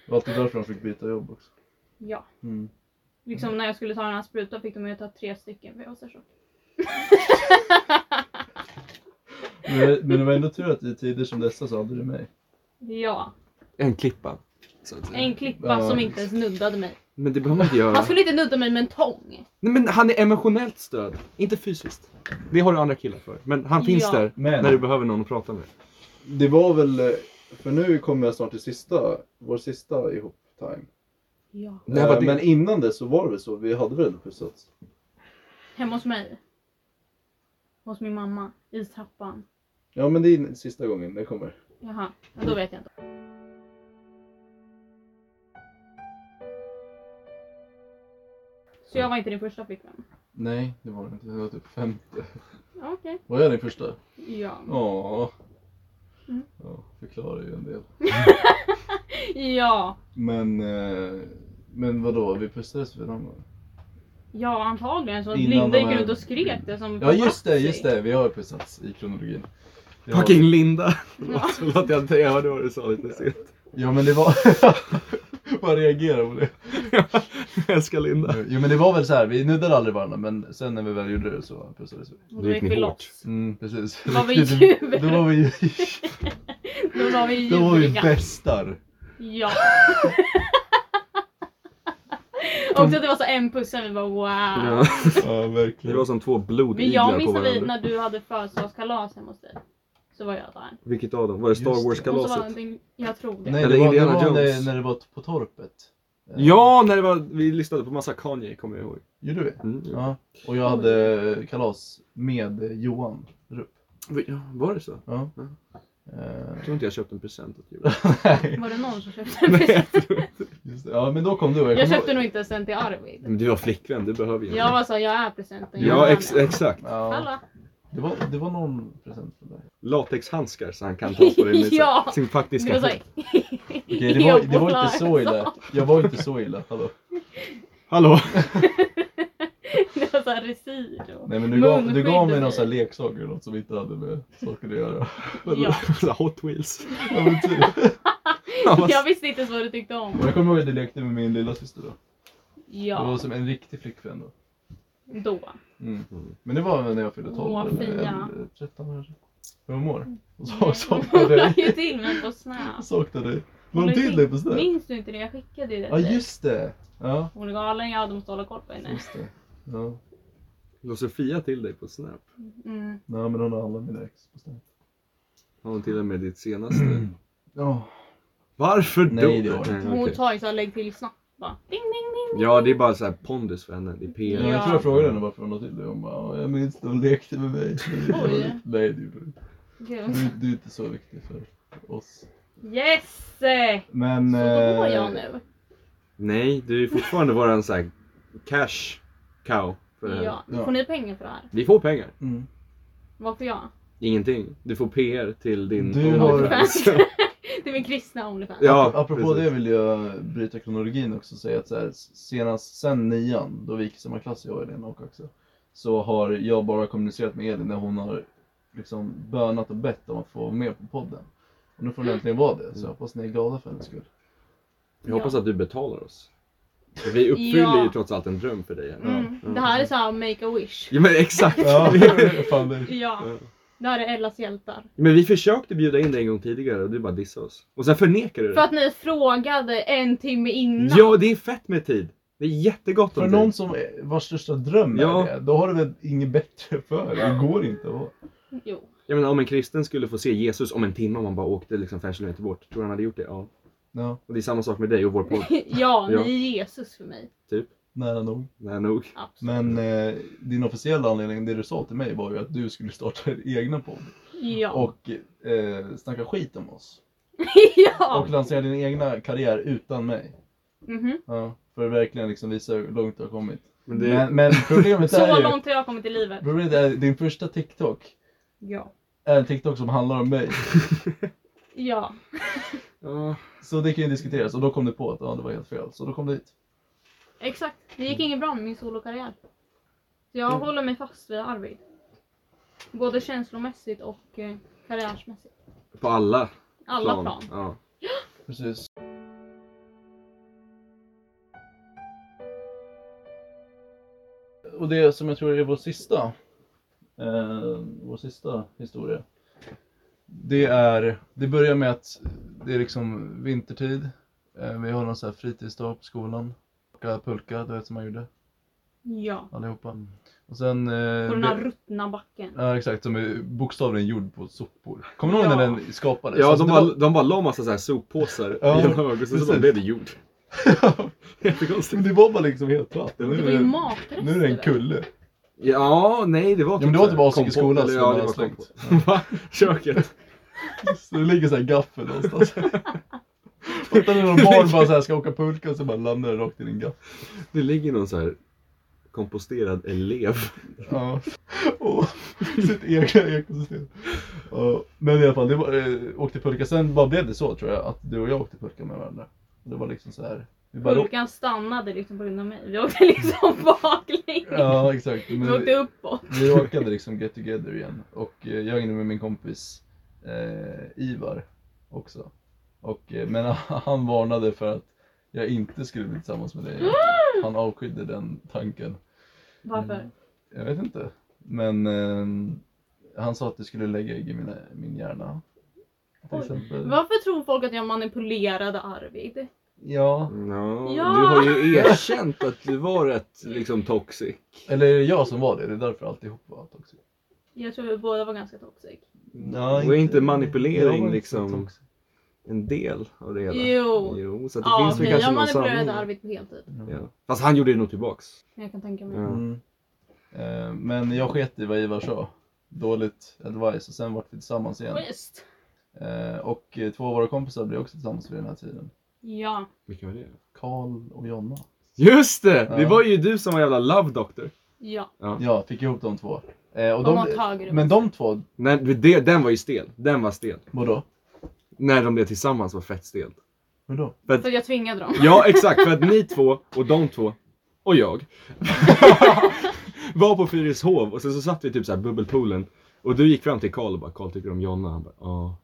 Det var alltid därför de fick byta jobb också.
Ja.
Mm.
Liksom när jag skulle ta den här sprutan fick de ju ta tre stycken för jag var så tjock.
Men, men det var ändå tur att i tider som dessa så hade du mig.
Ja.
En klippa. Så att säga.
En Alltså- klippa
Ja.
som inte ens nuddade mig.
Men det behöver man inte göra.
Han skulle inte nudda mig med en tång.
Nej, men han är emotionellt stöd. Inte fysiskt. Det har du andra killar för. Men han finns
Ja.
där
Men-
när du behöver någon att prata med.
Det var väl, eh, för nu kommer jag snart till sista, vår sista ihop time.
Ja.
När var
Eh,
det?
Men innan det så var det väl så, vi hade väl ändå pussats?
Hemma hos mig. Hos min mamma. I trappan.
Ja men det är sista gången, det kommer.
Jaha, ja, då vet jag inte. Så jag var inte din första flickvän?
Nej, det var det inte. Det var typ femte.
Ja, Okej.
Var jag din första?
Ja.
Ja.
Mm.
Ja, förklarar ju en del.
Ja.
Men, eh, men vadå, vi pussades vid dem va?
Ja, antagligen. Så att
Innan
Linda
de
gick
här-
runt och skrek det som
Ja just det,
paparazzi.
just det. Vi har ju pussats i kronologin. Det har
Fucking
vi.
Linda!
Ja.
Förlåt att jag inte jag hörde vad du sa lite sent.
Ja men det var... Vad reagerar på det?
jag älskar Linda.
Jo men det var väl så här, vi nuddade aldrig varandra men sen när vi väl gjorde det så pussades vi.
Och
Då
Då
gick
gick
ni
vi
hårt.
loss.
Mm, precis.
Då var vi
Riktigt-
jubel.
Då var vi,
Då var vi
då var vi
ljuvliga.
bästar.
Ja. Och också att det var så en puss sen vi bara wow.
Ja.
Ja
Det
verkligen.
var som två
Men jag
blodiglar
minns
på
när, vi,
varandra.
när du hade födelsedagskalas hemma hos dig. Så var jag där.
Vilket av dem? Var det Star
Just det.
Och så var det
Wars-kalaset?
någonting- jag tror det.
Nej
Eller
det var, det
Indiana
var
Jones.
när, när det var på torpet. Eh,
Ja, när det var, vi lyssnade på massa Kanye kommer jag ihåg.
Gjorde vi?
Mm. Ja.
Ja. Och jag hade kalas med Johan Rupp.
Vi- ja, Var det så? Jag
Ja.
Mm.
Eh,
tror inte jag köpte en present åt jul.
nej,
Var det någon som köpte en present?
just det. Ja men då kom du. och
Jag
kom
köpte nog inte ens den till Arvid.
Mm.
Men du var flickvän, du behöver ju
Jag var så jag är presenten. jag
Ja,
är
ex
med.
exakt.
Ja,
Hallå.
det, var, det var någon present från dig.
Latexhandskar så han kan ta på dig med
Ja.
sin
Det
faktiska...
var såhär.
Okej, det, var, det var inte så illa. Jag var inte så illa. Hallå.
Hallå!
Det var såhär resyr och
Nej men du gav, du
munskydd
gav
och
mig någon sån här
grejer.
leksak eller något som inte hade med saker att göra.
Ja.
Så här Hot wheels.
Ja, men typ.
Ja, vad-
Jag visste inte ens vad du tyckte om.
Och jag kommer ihåg att jag lekte med min lilla syster då. Det var
Ja,
som en riktig flickvän då.
då.
Mm. Men det var väl när jag fyllde 12
Åh,
eller
Fia.
eller 13 kanske. Hur mår Och så
Nej,
saknar
Mm. hon la
dig.
ju till mig på Snap.
Saknar dig. Var
Hon
hon
la ju
till dig på Snap?
Minns du inte det? Jag skickade ju det
Ja
till dig.
just Mm. det. Ja.
Hon är galen, jag måste hålla koll på henne.
Just det. Ja.
Låg Sofia till dig på Snap?
Mm.
Nej men hon har alla mina ex på Snap.
Har hon till och med ditt senaste?
Ja.
Varför då?
Nej, det har hon
Hon
okej.
tar ju såhär lägg till snabbt bara. Ding ding ding.
Ja, det är bara så här pondus för henne. Det är
Ja,
PR.
Jag tror jag frågade henne varför hon la till det. Hon bara, "Ja, jag minns när hon lekte med mig.
Oj.
Nej det gjorde hon inte.
Gud.
Du, du är inte så viktig för oss.
Yes! Så
Men...
då går
eh,
jag nu.
Nej, du är fortfarande våran så här cash cow för det här.
Ja.
Ja.
Får ni pengar för det här?
Vi får pengar.
Mm.
Varför jag?
Ingenting. Du får PR till din
Du har-
Onlyfans.
Det är min kristna Onlyfans.
Ja,
Apropå
precis.
det vill jag bryta kronologin också och säga att så här, senast sen nian, då vi gick i samma klass jag och Elin och också, så har jag bara kommunicerat med Elin när hon har liksom bönat och bett om att få vara med på podden. Och nu får hon äntligen vara det, så jag hoppas ni är glada för hennes skull.
Jag hoppas att du betalar oss. För Vi uppfyller
Ja.
ju trots allt en dröm för dig. här.
Mm.
Ja.
Det här är såhär make a wish.
Ja men exakt!
fan det.
Ja. Det här är Ellas hjältar.
men vi försökte bjuda in dig en gång tidigare och du bara dissade oss. Och sen förnekar du
För
det.
att ni frågade en timme innan.
Ja det är fett med tid. Det är jättegott om
För
tid.
någon som är- vars största dröm
Ja.
är det, då har du väl inget bättre för dig? Det går inte att vara.
Jo.
Jag menar om en kristen skulle få se Jesus om en timme om man bara åkte liksom fem kilometer bort. Tror du han hade gjort det? Ja.
Ja,
Och det är samma sak med dig och vår podd.
Ja, ni
Ja.
är Jesus för mig.
Typ.
nära nog.
Nej nog.
Absolut.
Men eh, din officiella anledning, det du sa till mig var ju att du skulle starta din egna podd.
Ja.
och eh, snacka skit om oss.
ja.
Och lansera din egna karriär utan mig.
Mhm.
Ja, för att verkligen liksom visa hur långt du har kommit.
Men det...
Men, men problemet är
Så
ju,
långt har jag kommit i livet.
problemet är din första TikTok
Ja.
är en TikTok som handlar om mig.
Ja.
Ja.
Så det kan ju diskuteras och då kom du på att ja, det var helt fel. Så då kom du hit.
Exakt. Det gick inget bra med min solokarriär. Så jag
Mm.
håller mig fast vid Arvid. Både känslomässigt och eh, karriärsmässigt.
På alla
Alla
plan.
plan.
Ja.
Precis. Och det som jag tror är vår sista, eh, vår sista historia. Det är, det börjar med att det är liksom vintertid. Eh, vi har någon sån här fritidsdag på skolan. Plocka pulka, du vet som man gjorde
Ja.
allihopa. Och sen... Eh,
På den här
be-
ruttna backen.
Ja exakt, som är bokstavligen gjord på sopor. Kommer du ihåg när
Ja.
den skapades?
Ja,
Alltså,
de
det
bara, de bara la massa så här soppåsar
Ja,
i en hög och sen så bara
precis.
blev det jord.
var...
Jättekonstigt.
Men det var bara liksom helt platt. Nu
Det
är
var ju
det-
matrester.
Nu är det en kulle.
Ja, nej det var
Ja, men det var typ
så här
asik i
kompott
skolan
eller-
som
Ja,
de
det
hade
var
slängt.
kompott. Va? Köket?
Så det ligger såhär gaffel någonstans. Fattar du när någon barn bara så här ska åka pulka och så bara landar det rakt i din gaffel.
Det ligger någon så här komposterad elev.
Ja. Och sitt egna ekosystem. Ja, men i alla fall, det var, eh, åkte pulka. Sen bara blev det så tror jag, att du och jag åkte pulka med varandra. Och det var liksom så här. Vi bara,
Pulkan stannade liksom på grund av mig. Vi åkte liksom baklänges.
ja, exakt.
Vi
Men
åkte
vi,
uppåt.
vi orkade liksom get together igen. Och eh, jag hängde med min kompis eh, Ivar också. Och, eh, men han varnade för att jag inte skulle bli tillsammans med dig. Han avskydde den tanken. Mm.
Varför?
Jag vet inte. Men ehm, han sa att det skulle lägga ägg i mina, min hjärna. Till
Oj.
exempel.
Varför tror folk att jag manipulerade Arvid?
Ja,
No,
Ja.
Du har ju erkänt att du var rätt liksom toxic.
eller är det jag som var det? Det är därför alltihop var toxic.
Jag tror vi båda var ganska toxic.
Nej,
Och är inte manipulering
jag var inte
liksom-
så toxic.
En del av det hela.
Jo.
jo så att det
Ja
finns väl
okej,
kanske någon
jag manipulerade
sanning.
Arvid på heltid.
Ja. Fast han gjorde det nog tillbaks.
Jag kan tänka mig.
Ja.
Mm. Eh, men jag sket i vad Ivar sa. Dåligt advice och sen vart vi tillsammans igen.
Schysst.
Eh, och eh, två av våra kompisar blev också tillsammans vid den här tiden.
Ja.
Vilka var det?
Karl och Jonna.
Just det! Det
Ja.
var ju du som var jävla love doctor.
Ja.
Ja, fick ihop de två. Eh, och
De har
de,
tagit
men de två,
Nej, det, den var ju stel. Den var stel.
vadå?
När de blev tillsammans var fett stelt.
Vadå?
För att,
För jag tvingade dem.
ja exakt, för att ni två och de två och jag var på Fyrishov och sen så satt vi typ så här bubbelpoolen och du gick fram till Karl och bara Karl tycker du om Jonna? Han bara ja.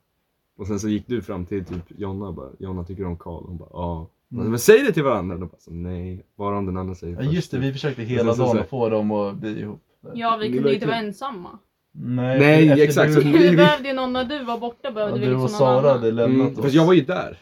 Och sen så gick du fram till typ Jonna och bara Jonna tycker du om Karl? Hon bara ja.
Mm.
Men säg det till varandra! Och de bara så, nej, bara om den andra säger
Ja just det, vi försökte hela
Och sen så
dagen
så här-
att få dem att bli ihop.
Ja vi
Ni
kunde ju inte
verkligen-
vara ensamma.
Nej,
Nej,
efter
exakt, så-
Du,
Vi-
Vi
vi-
behövde ju någon när du var borta
ja,
behövde vi
du
liksom
och
någon
Sara hade
annan.
lämnat
Mm,
oss.
fast jag var ju där.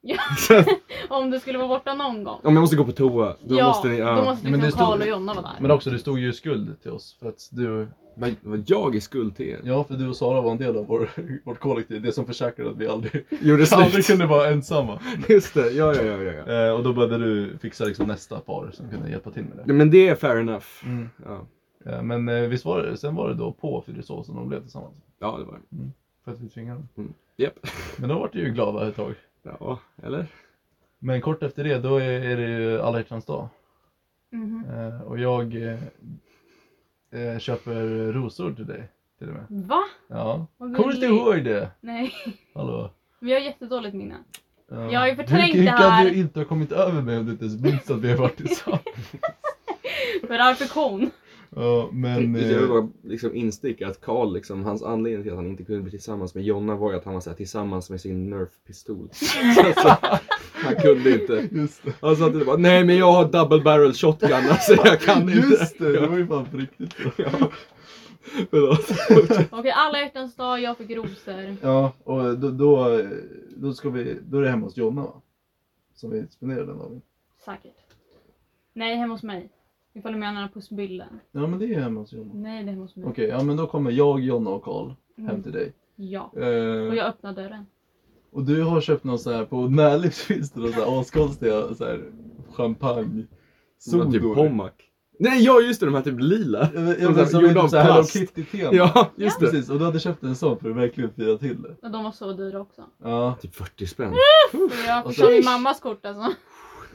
Ja.
Så att,
Om du skulle vara borta någon gång.
om jag måste gå på toa, då
ja,
måste ni...
då
Ja.
måste
Men det
liksom
stod-
Karl och Jonna vara där.
Men också, du stod ju i skuld till oss. För att du,
Men vad jag är skuld till er.
ja, för du och Sara var en del av vår, vårt kollektiv. Det som försäkrade att vi aldrig,
Gjorde
aldrig
slut.
kunde vara ensamma.
Just det, ja ja ja. ja, ja.
Eh, och då började du fixa liksom nästa par som kunde hjälpa till med det.
Nej, Men det är fair enough.
Mm.
Ja,
Eh, men eh, visst var det, sen var det då på Fyrisås som de blev tillsammans.
ja det var det.
För att vi tvingade dem.
Japp.
Men då var det ju glada ett tag.
Ja, eller?
Men kort efter det, då är, är det ju alla hjärtans dag.
Mhm.
Eh, och jag eh, eh, köper rosor till dig till och med.
Va?
Ja.
Vad
Kommer du inte
gulligt.
ihåg det?
Nej,
Hallå?
vi har jättedåligt minne.
Ja.
Jag har ju förträngt
hur, hur
det här.
kan du inte ha kommit över mig om du inte ens minns att vi har varit tillsammans?
För perfektion.
ja, men...
Just det, Jag vill
Eh,
bara liksom insticka att Karl, liksom, hans anledning till att han inte kunde bli tillsammans med Jonna var ju att han var så här, tillsammans med sin Nerf-pistol. alltså, han kunde inte.
just det.
Han satt och bara, nej men jag har double barrel shotgun, alltså jag kan inte.
Just det, det
Ja,
var ju fan på riktigt.
ja. Förlåt.
Okej, alla hjärtans dag, jag fick rosor.
Ja, och då, då, då ska vi, då är det hemma hos Jonna va? Som vi spenderar den dagen.
Säkert. Nej, hemma hos mig. Ifall du menar pussbilden.
Ja men det är hemma hos Jonna.
Nej, det är hemma hos mig.
Okej, ja men då kommer jag, Jonna och Karl hem
Mm.
till dig.
Ja.
Eh,
Och jag öppnar dörren.
Och du har köpt någon sån här, på Närlivs finns det någon sån här askonstiga så här champagne.
Som typ Pommac. Nej, ja just det, de här typ lila.
Jag vet,
Som
jag vet,
så här
som är
gjorda av
typ så här Hello
plast.
Kitty-tema.
Ja, just det.
Precis, och du hade köpt en sån för att verkligen fira till det.
Och de var så dyra också.
Ja,
Typ 40 spänn.
Så jag
Och
fick ta min
så-
mammas kort alltså.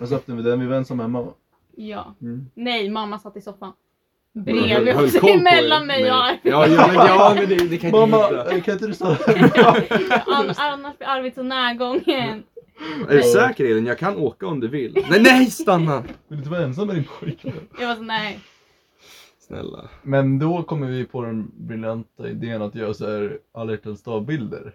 och så öppnade vi den vid Vensam hemma. va?
Ja.
Mm.
Nej, mamma satt i soffan.
Höll-
Bredvid
höll
oss,
koll på er.
emellan mig
Nej.
och Arvid.
Ja, ja, men, ja, men det, det kan jag inte
Mamma, eh,
hitta.
kan inte du stanna?
An- annars blir Arvid så närgången.
Är du säker Elin? Jag kan åka om du vill. Nej, nej, stanna!
Vill du inte vara ensam med din pojkvän?
Jag var så nej.
Snälla.
Men då kommer vi på den briljanta idén att göra så här alla hjärtans dag-bilder.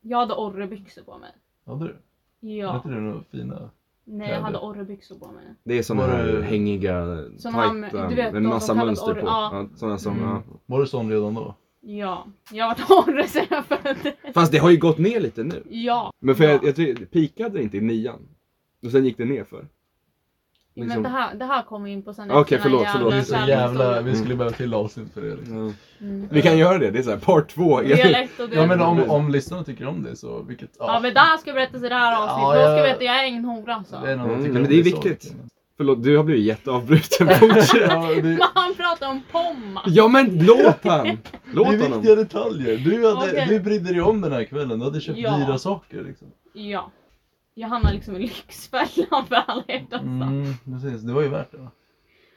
Jag hade orrebyxor på mig.
Hade du? Var
Ja.
inte det några fina?
Nej, jag hade orrebyxor på mig.
Det är såna
Var
här
det-
hängiga,
Som
tajta,
han- du vet,
med
de
massa
som kallas
mönster
orre-
på. Ja.
ja.
såna som,
Mm.
ja.
Var du sån redan då?
Ja. Jag har varit orre sedan jag föddes.
Fast det har ju gått ner lite nu.
Ja.
Men för
ja.
jag, jag tycker- det pikade inte i nian? Och sen gick det ner för. liksom-
Men det här, det här kommer vi in på sen.
Okej,
efter den
förlåt,
här
förlåt.
Det är
Det
så
kärlekshistorien.
jävla,
Mm.
vi skulle behöva till avsnitt för det liksom.
Mm.
Vi kan göra det, det är såhär part två.
Dialekt och
Ja
dialekt.
men om, om lyssnarna tycker om det så, vilket...
Ja men där ska jag berätta så där avsnitt.
Ja,
Då ska
ja.
jag berätta, jag är ingen hora alltså.
Det är någon som
Mm,
tycker
men
om
det är
så,
viktigt.
liksom.
Förlåt, du har blivit jätteavbruten. Fortsätt.
Ja, det,
Men han pratar om pomma.
ja men låt han!
det
Låt
är
honom.
viktiga detaljer. Du, hade,
Okej.
du brydde dig om den här kvällen, du hade köpt
Ja.
dyra saker liksom.
Ja. Jag hamnar liksom i lyxfällan för alla hjärtans dag.
Mm, precis. Det var ju värt det va?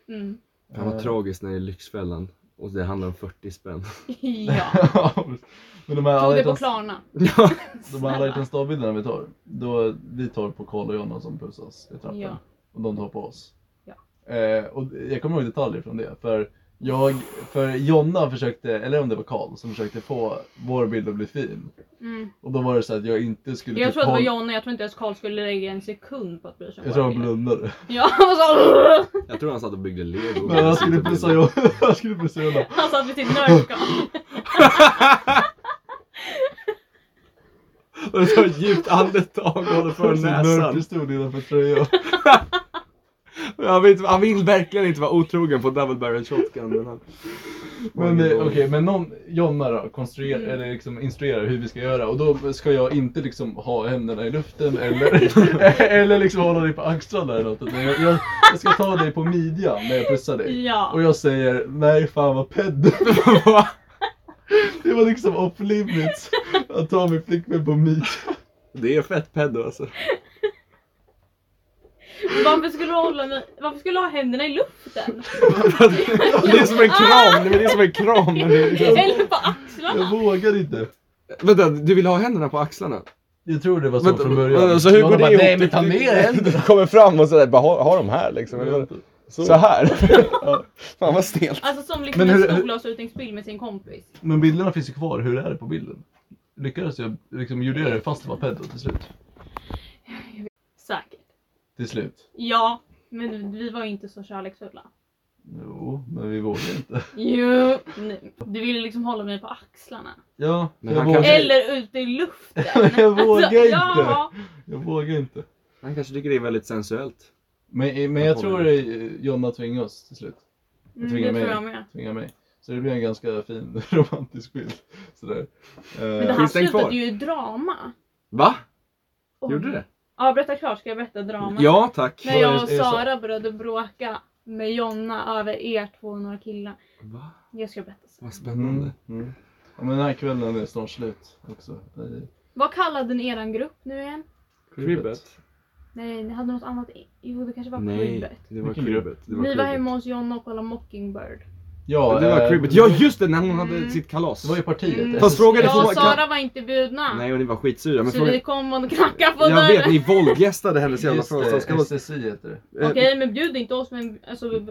Mm.
Fan vad
Eh,
tragiskt när det är Lyxfällan och det handlar om 40 spänn.
Ja.
Men de här
Tog
alla
det på
hjärtans,
Klarna.
Ja.
de här alla
Snälla.
hjärtans dagbilderna vi tar, då vi tar på Karl och Jonna som pussas i trappan.
Ja.
Och de tar på oss.
Ja.
Eh, och jag kommer ihåg detaljer från det. För, jag, för Jonna försökte, eller om det var Karl, som försökte få vår bild att bli fin.
Mm.
Och då var det så att jag inte skulle typ
Jag tror att det var
hålla-
John och jag tror inte ens Karl skulle lägga en sekund på att bry sig om
Jag
våra
tror han
bilder.
blundade.
Ja, och så...
Jag tror han satt och byggde lego.
Men jag skulle pussa Jonna. Jag skulle pussa Jonna.
Han satt vid sitt nördskal.
Och det tar ett djupt andetag och håller för
Sin
näsan.
mörkerstol innanför tröjan.
Han vill, inte- han vill verkligen inte vara otrogen på double barrel shotgun. Men han...
Men eh,
Oj,
okej,
oj.
men någon, Jonna då, konstruerar,
Mm.
eller liksom instruerar hur vi ska göra och då ska jag inte liksom ha händerna i luften eller, eller liksom hålla dig på axlarna eller något. utan Jag, jag, jag ska ta dig på midjan när jag pussar dig. Och
Ja.
jag säger, nej fan vad peddo.
Va?
Det var liksom off limits att ta min flickvän på midjan.
Det är fett pedo alltså.
Varför skulle, du hålla mig... Varför skulle du ha händerna i luften?
Det är som en kram, det är det som en kram. men det är liksom-
Eller på
Jag
axlarna?
vågar inte.
Vänta, du vill ha händerna på axlarna?
Jag tror det var så
Vänta,
från början.
vänta, så hur
Jonna
går det
bara,
ihop?
nej men ta ner händerna.
kommer fram och sådär, bara ha, ha dem här liksom. eller vad-
Så.
här. Fan vad stelt.
Alltså som liksom
Men hur-
en solglasutbytningsbild med sin kompis.
Men bilderna finns ju kvar, hur är det på bilden? Lyckades jag, liksom gjorde jag det fast det var peddo till slut?
Säkert.
Till slut?
Ja, men vi var ju inte så kärleksfulla.
Jo, men vi vågade inte.
Jo, nej. du ville liksom hålla mig på axlarna.
Ja,
Men
jag
han
vågar,
kanske-
Eller ute i luften.
Jag vågar
Alltså, Ja,
inte. jag vågar inte.
Han kanske tycker det är väldigt sensuellt.
Men, men
Jag
jag
får
tror
det.
eh, Jonna tvingade oss till slut.
mm,
tvingar
det
mig.
tror jag
Äh,
med.
Tvingade mig. Så det blev en ganska fin romantisk bild. Sådär.
Men det
Eh,
här
Finns den kvar?
slutade ju i drama.
Va?
Oj.
Gjorde det?
Ja, berätta klart. Ska jag berätta drama?
Ja tack.
När jag
Vad
och
är- är så?
Sara började bråka med Jonna över er två och några killar.
Va?
Jag ska berätta sen.
Vad
mm,
spännande.
mm. Ja, men den här kvällen är snart slut också. I
Vad kallade ni eran grupp nu igen?
Cribbet?
Nej, ni hade något annat. i- Jo, det kanske var
Nej,
cribbet.
det var
Vilken
cribbet. Det var
Ni var
cribbet.
hemma hos Jonna och kollade Mockingbird.
Ja,
Ja, det var
eh,
cribbet. Ja just det, när hon hade
Mm.
sitt kalas.
det var ju partiet. eh.
Mm.
Fast frågan är-
Jag
får-
och Sara var inte bjudna.
Nej och ni var skitsura. Men
så vi
frågan...
kom och knackade på
Jag vet,
dörren.
ni våldgästade hennes jävla
Just det,
födelsedagskalas.
SSI heter det.
Eh,
Okej, men bjud inte oss. Men, alltså,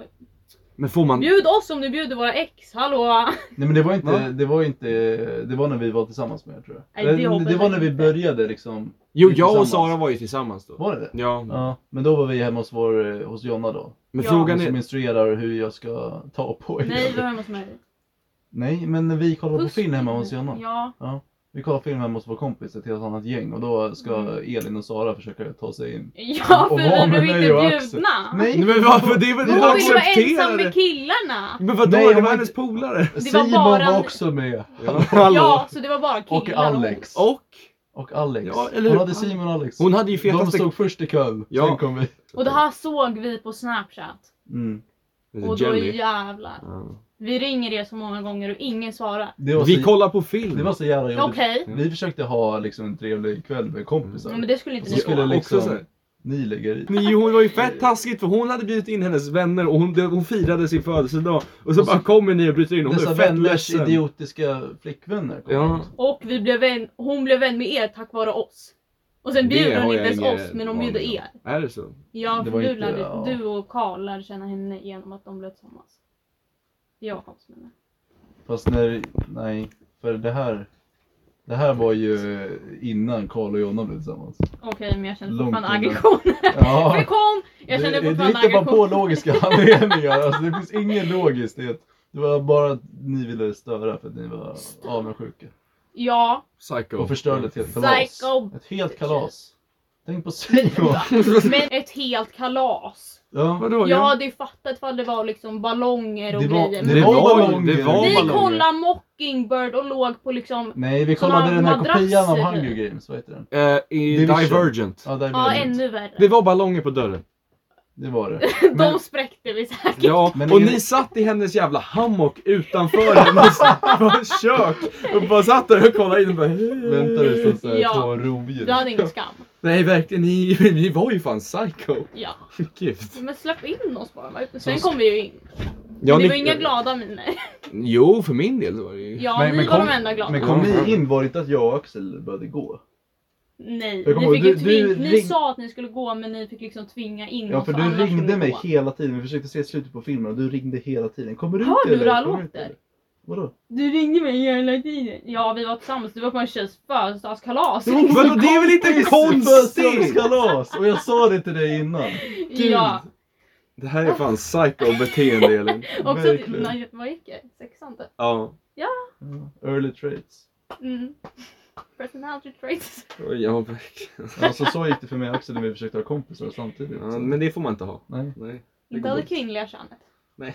Men får man...
bjud oss om du bjuder våra ex. Hallå!
Nej men det var inte,
Va?
det var inte, det var när vi var tillsammans med er tror jag.
Nej, det
Eller,
hoppas
det var
jag
när vi
inte.
började liksom.
Jo, jag och
Tillsammans.
Sara var ju tillsammans då.
Var det det?
Ja.
Ja, men då var vi hemma hos, vår, eh, hos Jonna då.
Men
Ja.
frågan
Hon som
är...
instruerar hur jag ska ta på er.
Nej, vi var hemma hos mig.
Nej, men vi kollar på
Puss.
film hemma hos Jonna.
Ja.
Vi kollar film hemma hos vår kompis, ett helt annat gäng och då ska
Mm.
Elin och Sara försöka ta sig in.
Ja,
Och
för
var
vi
med
blev inte
mig och Axel.
bjudna.
Nej!
Nej, men varför? Det är väl...
Hon ville vara ensam
accepterade.
med killarna.
Men vadå?
Nej,
det
hon
var
var
hennes
inte-
polare.
var
Simon
bara-
var också med!
Ja.
Ja, så det var bara killar.
Och Alex.
Och?
Och Alex.
Ja, eller
Hon
hur?
hade Simon och Alex.
Hon hade ju
De
fetaste...
stod först i kön,
Ja.
sen kom vi.
Och det här såg vi på snapchat.
Mm.
Och då
Jelly.
jävlar.
Ja.
Vi ringer er så många gånger och ingen svarar.
Det var
Vi
så-
kollar på film.
Det var så jävla jobbigt.
Okej. Mm.
Vi försökte ha liksom en trevlig kväll med kompisar.
Ja, men det skulle inte
Så
ni
skulle
få.
Också
liksom-
så här.
Ni lägger i.
Nej, hon var ju fett taskigt för hon hade bjudit in hennes vänner och hon, hon firade sin födelsedag. Och så,
Och så-
bara kommer ni och bryter in. Hon
Dessa
blev fett
vänners
ledsen.
idiotiska flickvänner kom
Ja.
hit.
Och vi blev vän, hon blev vän med er tack vare oss. Och sen
Det
bjuder
har
hon
jag
inte ens
ingen
oss, men hon
aning
bjuder
om.
er.
Är det så?
Ja,
Det
för
var
du,
inte-
lärde,
ja.
du och Karl lärde känna henne genom att de blev tillsammans. Jag kom med henne.
Fast när, nej. För det här. Det här var ju innan Karl och Jonna blev tillsammans.
Okej, men jag känner
Långt
fortfarande
innan.
aggression.
Ja.
Men kom! Jag
det,
känner
det
fortfarande
är inte bara på
aggression.
logiska anledningar. Alltså, det finns ingen logisk. Det, det var bara att ni ville störa för att ni var avundsjuka.
Ja,
Psycho.
Och förstörde ett helt kalas.
Psycho.
Ett helt kalas. Tänk på Simon.
men ett helt kalas.
Ja.
Vadå?
Jag
Ja.
hade ju fattat ifall det var liksom ballonger och
Det var,
grejer.
det
men
var
var-
ballonger.
det var
vi
ballonger.
kollade Mockingbird och låg på liksom
Nej, vi
Såna
kollade den här
madrasser.
kopian av Hunger Games, vad heter den?
Eh, I
Division.
Divergent.
Ja, där
Ja,
blev det.
ännu värre.
Det var ballonger på dörren.
Det var det.
De
Men-
spräckte vi säkert.
Ja,
Men
och
ingen-
ni satt i hennes jävla hammock utanför hennes kök och bara satt där och kollade in och bara
Vänta det som såhär
Ja.
två rovdjur.
Vi hade ingen skam.
Nej verkligen, ni, ni var ju fan psycho.
Ja.
Gift.
Men släpp in oss bara. va? Sen
Så-
kom vi ju in. Men det var
Nick-
inga glada miner.
Jo, för min del så var det ju.
Ja,
Men-
vi
men
var
kom-
de enda glada.
Men kom ni in var det inte att jag och Axel började gå?
Nej,
Jag kommer
ni, fick
ihåg,
ju
du-
tving-
du
ni
ring-
sa att ni skulle gå men ni fick liksom tvinga in
Ja
oss,
för du
annars skulle
ringde
vi
mig
gå.
hela tiden, vi försökte se slutet på filmen och du ringde hela tiden. Kommer du
Hör
ut
du hur han
Kommer du ut
låter?
eller? Vadå?
Du ringde mig hela tiden. Ja, vi var tillsammans. Du var på en tjejs födelsedagskalas.
Vadå, det är väl inte konstigt?
Födelsedagskalas! Och jag sa det till dig innan. Gud.
ja,
Det här är fan psycho-beteende Elin.
också typ
verkligen.
när vad gick jag? Sexan typ.
Ja.
Ja, Early traits.
Mm. Personality traits.
Oj, ja, verkligen.
Alltså så gick det för mig och Axel när vi försökte ha kompisar samtidigt.
Ja, men det får man inte ha.
Nej.
Nej.
Inte av det kvinnliga könet.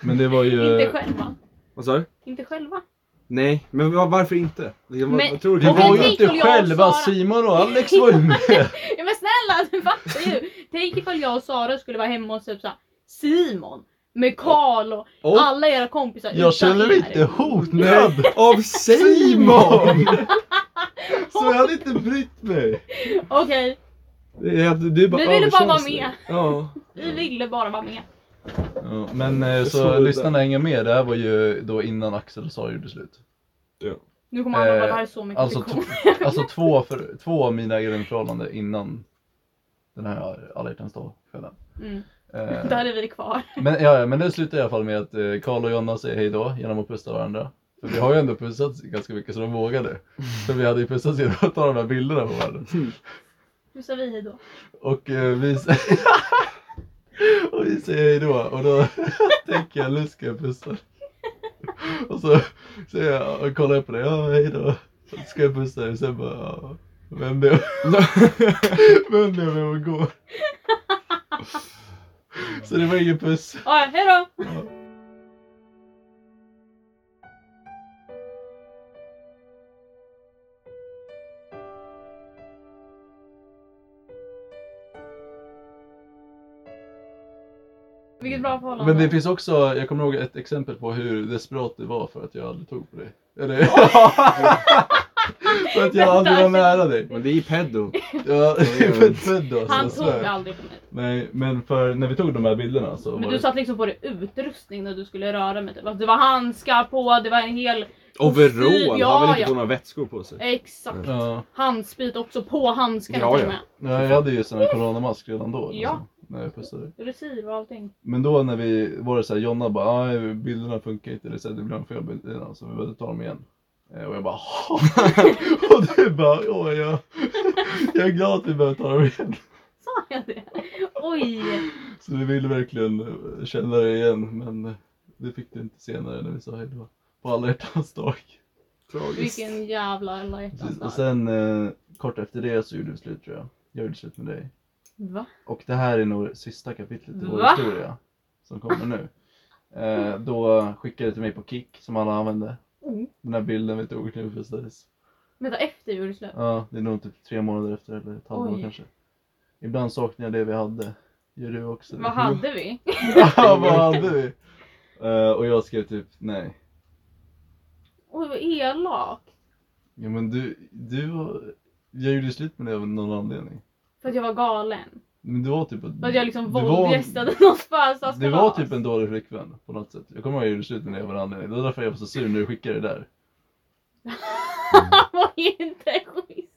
Men det var ju...
Inte själva.
Vad sa du?
Inte själva.
Nej, men va- varför inte? Jag,
Men-
jag tror
Det
det
Om
var
vi
ju
var
inte
gick och jag och
själva,
Sara-
Simon och Alex var ju med.
Ja, men snälla, du fattar ju. Tänk ifall jag och Sara skulle vara hemma hos typ såhär Simon med Karl och
Och-
alla era kompisar
Jag
utan
känner
er.
inte hotnöd.
av Simon!
Så jag hade inte brytt mig.
Okej,
Det är att Du bara
Vi ville bara vara
överkänslig.
med.
Ja.
Mm.
vi ville bara vara med.
Ja, men eh, så,
Så-
lyssnarna hänger med. Det här var ju då innan Axel och Sara gjorde slut.
Nu kommer alla bara,
Eh,
det här är så mycket
Alltså,
fiktion.
t- alltså två, för, två av mina egenförhållanden innan den här alla hjärtans dag-kvällen.
Mm.
Eh,
Där är vi kvar.
Men, ja, ja, men det slutar i alla fall med att eh, Karl och Jonna säger hej då genom att pussa varandra. För vi har ju ändå pussats ganska mycket så de vågade. För vi hade ju pussats genom att ta de här bilderna på varandra.
Nu sa vi hejdå.
Och eh, vi säger... och vi säger hej då och då tänker jag nu ska jag pussa. Och så säger jag och kollar jag på det, ja hej då. Och så Ska jag pussa dig? Sen bara, ja, vänd dig vänd dig om jag går. Så det var ingen puss.
Ja, hejdå! Vilket bra förhållande.
Men det finns också, jag kommer ihåg ett exempel på hur desperat det var för att jag aldrig tog på dig. Eller? för att jag aldrig var nära dig.
Men det är ju pedo.
Ja, för född alltså,
Han
så
tog
här.
aldrig på mig.
Nej, men för när vi tog de här bilderna så
Men
var
du
det...
satt liksom på dig utrustning när du skulle röra mig. Typ. Alltså, det var handskar på, det var en hel...
Overall
Ja,
har väl inte
ja. Eh,
på några vätskor på sig?
Exakt.
Ja,
Handsprit också på handskarna
Ja,
till
ja.
och med.
ja, jag hade ju sån här coronamask redan då. liksom,
Ja.
när jag pussade.
Resiv och allting.
Men då när vi var det så här, Jonna bara, "Aj, bilderna funkar inte, eller så här, det blir en fel bilderna så vi behövde ta dem igen. Eh, Och jag bara, "Jaha." Och du bara, åh jag, jag är glad att vi behöver ta dem igen.
Sa jag det? Oj!
Så vi ville verkligen eh, känna det igen, men eh, det fick du inte senare när vi sa hejdå. På alla hjärtans dag.
Tragiskt.
Vilken jävla alla hjärtans
Precis.
dag.
Och sen eh, kort efter det så gjorde vi slut tror jag. Jag gjorde slut med dig.
Va?
Och det här är nog sista kapitlet i vår
Va?
historia. Som kommer nu. Eh, då skickade du till mig på Kik som alla använde.
Mm.
Den här bilden vi tog när vi festades.
Vänta, efter vi gjorde slut?
Ja, det är nog typ tre månader efter eller ett halvår
Oj.
kanske. Ibland saknar jag det vi hade. Gör du också det?
Vad hade vi?
Ja, vad hade vi? Eh, och jag skrev typ nej.
Oj, vad elak.
Ja men du, du var... Jag gjorde slut med dig av någon anledning.
För att jag var galen.
Men du var typ... en-
För att jag liksom
du var-
våldgästade någons födelsedagskalas.
Du var typ en dålig flickvän på något sätt. Jag kommer ihåg att jag gjorde slut med dig av en anledning. Det var därför jag var så sur när du skickade det där.
Han var ju inte schysst.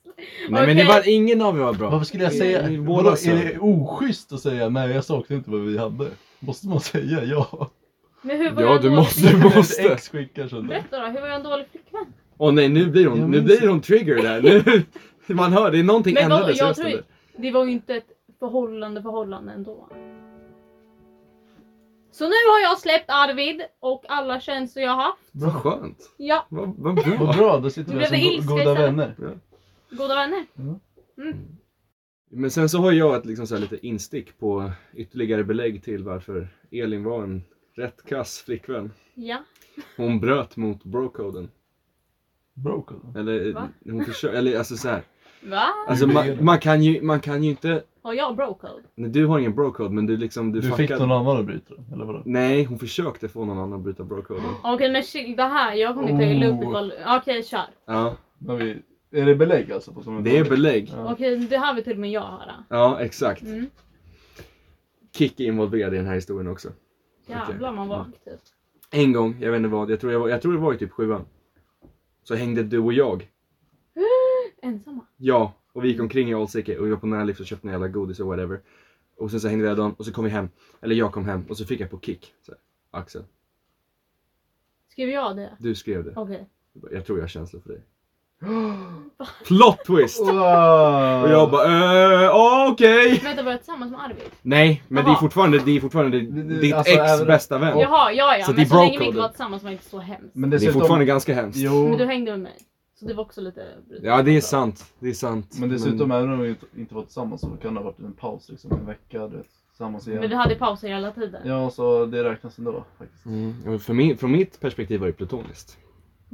Nej men det var ingen av er var bra.
Varför skulle jag säga...
Ni båda
Vadå,
sa-
är det oschysst att säga nej jag saknar inte vad vi hade? Måste man säga ja?
Men hur var
Ja
jag en
du
dålig-
måste, du måste.
Ex skickar sådär.
Berätta då, hur var jag en dålig flickvän?
Åh nej nu blir hon,
Jag
nu
minns
blir hon trigger där. Nu, man hör, det är någonting
Men vadå,
ändrades i
jag
rösten
tror-
där.
Det var ju inte ett förhållande förhållande ändå. Så nu har jag släppt Arvid och alla känslor jag haft.
Vad skönt.
Ja,
Vad, vad
Vad
bra.
bra, då sitter
Du
vi här
blev
som
ilska
go- goda
istället.
vänner.
goda vänner.
Men sen så har jag ett liksom så här lite instick på ytterligare belägg till varför Elin var en rätt kass flickvän.
Ja.
Hon bröt mot brocoden.
Broke alltså.
Eller,
Va?
hon försö- eller alltså så här.
Va?
Alltså
Hur
man,
blev det?
man, kan ju, man kan ju inte,
Har jag brocode?
nej, du har ingen brocode men du liksom, du,
Du fick
fuckade-
någon annan att bryta den, eller vadå?
Nej, hon försökte få någon annan att bryta brocoden.
Okej men chill, det här, jag kommer inte ta upp
Oh.
ifall... Okej kör.
Ja,
Men vi... Är det belägg alltså? På som
det är belägg.
Ja.
Okej det här vill till och med jag höra.
Ja, exakt.
Mm.
Kikki är involverad i den här historien också.
Jävlar man var
Mm.
aktiv.
En gång, jag vet inte vad, jag tror, jag var, jag tror det var i typ sjuan. Så hängde du och jag.
Ensamma.
Ja, och vi gick omkring i Alsike och vi var på Närlivs och köpte några jävla godis och whatever. Och sen så hängde vi hela dagen och så kom vi hem. Eller jag kom hem och så fick jag på kick. Så här, Axel,
Skrev jag det?
du skrev det.
Okej.
Jag bara, Jag tror jag har känslor för dig. Plot twist!
Wow.
Och jag bara eh, okej.
Vänta var jag tillsammans med Arvid?
Nej, men det är
Jaha.
fortfarande, det är fortfarande ditt
Alltså,
ex
även-
bästa vän.
Jaha, ja ja.
Så det är
men så länge vi
bro-code.
inte var tillsammans var det inte så hemskt.
Men
Det är
dessutom,
fortfarande ganska hemskt.
jo,
Men du hängde med mig. Så det var också lite brutet.
Ja, det är sant. Det är sant.
men dessutom även om vi inte- inte var tillsammans så kan det ha varit en paus liksom en vecka du vet, tillsammans igen.
Men vi hade pauser hela tiden.
Ja, så det räknas ändå faktiskt.
Mm, och för min, från mitt perspektiv var det plutoniskt.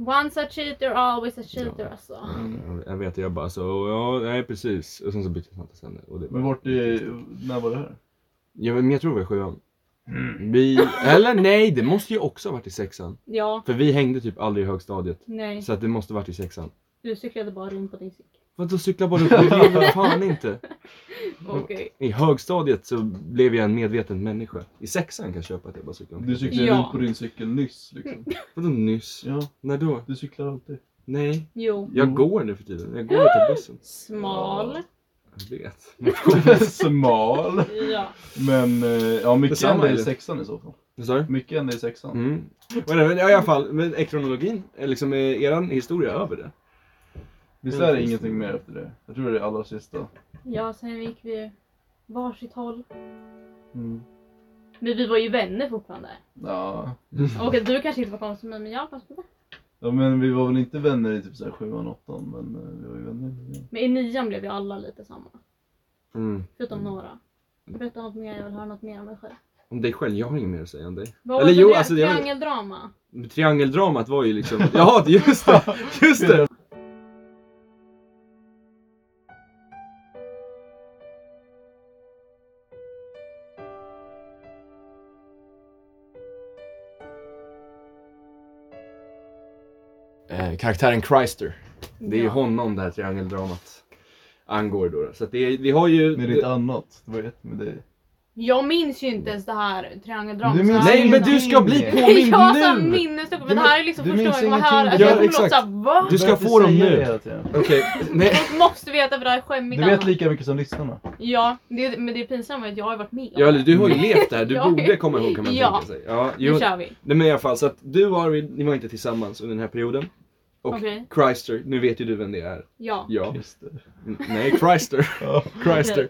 Once a cheater, always a cheater alltså.
Mm.
Jag- Jag vet, jag bara så, ja, nej precis. Och sen så bytte jag snabbt sen. Och det
Men
bara,
vart i, när var det här?
ja, men jag tror det var i sjuan. Vi, eller nej, det måste ju också ha varit i sexan.
Ja,
För vi hängde typ aldrig i högstadiet.
nej.
Så att det måste ha varit i sexan.
Du cyklade bara runt på din cykel.
Vadå cykla bara upp? Det var fan inte.
Okej.
I högstadiet så blev jag en medveten människa. I sexan kanske jag köpa att jag bara cyklade
Du
omkring.
cyklade
Ja.
runt på din cykel nyss liksom.
Vadå nyss?
Ja,
När då?
du cyklar alltid.
Nej.
Jo.
Jag
Jo.
går nu för tiden. Jag går och tar bussen.
Smal.
Jag vet.
Smal.
Ja.
Men eh, ja, mycket
Detsamma,
hände i
eller?
sexan i så fall.
Vad sa du?
Mycket hände i sexan.
Mm. Men, men, ja, i alla fall, men ekronologin, eh, liksom eh, eran historia över det.
Visst är det ingenting mer efter det? Jag tror det är allra sista.
Ja, sen gick vi varsitt håll.
Mm.
Men vi var ju vänner fortfarande.
Ja.
Mm.
Och att du kanske inte var kompis med mig, men jag var kompis med dig.
ja, men vi var väl inte vänner i typ såhär sjuan, åttan, men eh, vi var ju vänner. Ja.
Men i nian blev vi alla lite samma.
Mm.
Förutom några. Berätta något mer, jag vill höra något mer om dig själv.
Om dig själv, jag har inget mer att säga om dig.
Vad
Eller
var
jo,
det?
alltså, det var-
Triangeldrama.
Triangeldramat var ju liksom, jaha just det! Just det! Eh, karaktären Christer. Det är ju
Ja.
honom det här triangeldramat angår då. Så att det, vi har ju...
Med ditt annat. Det var ett med dig.
Jag minns ju inte ens det här triangeldramat.
Du minns
så jag
Nej men
minns-
du ska bli
Jag har sån
påmind nu!
minneslucka för
Du
det här är liksom
min- du
första gången
minns
jag var här.
ingenting.
Ja,
Alltså, jag kommer
exakt.
låta såhär va?
Du ska
Varför
få dem
säger
nu.
jag hela tiden?
Okej, nej.
Folk måste veta för det här är skämmigt
Du vet
annars.
lika mycket som lyssnarna.
Ja, det, men det pinsamma är att jag har varit med om
Ja,
det.
eller du har ju levt det här, du
Ja.
borde komma ihåg kan man
Ja.
tänka sig. Ja,
Nu
jo,
kör vi.
nej, men i alla fall så att du och Arvid, ni var inte tillsammans under den här perioden. Och
Okej.
Christer, nu vet ju du vem det är.
Ja.
Ja.
Just det.
N- Nej, Christer.
Ja.
Christer.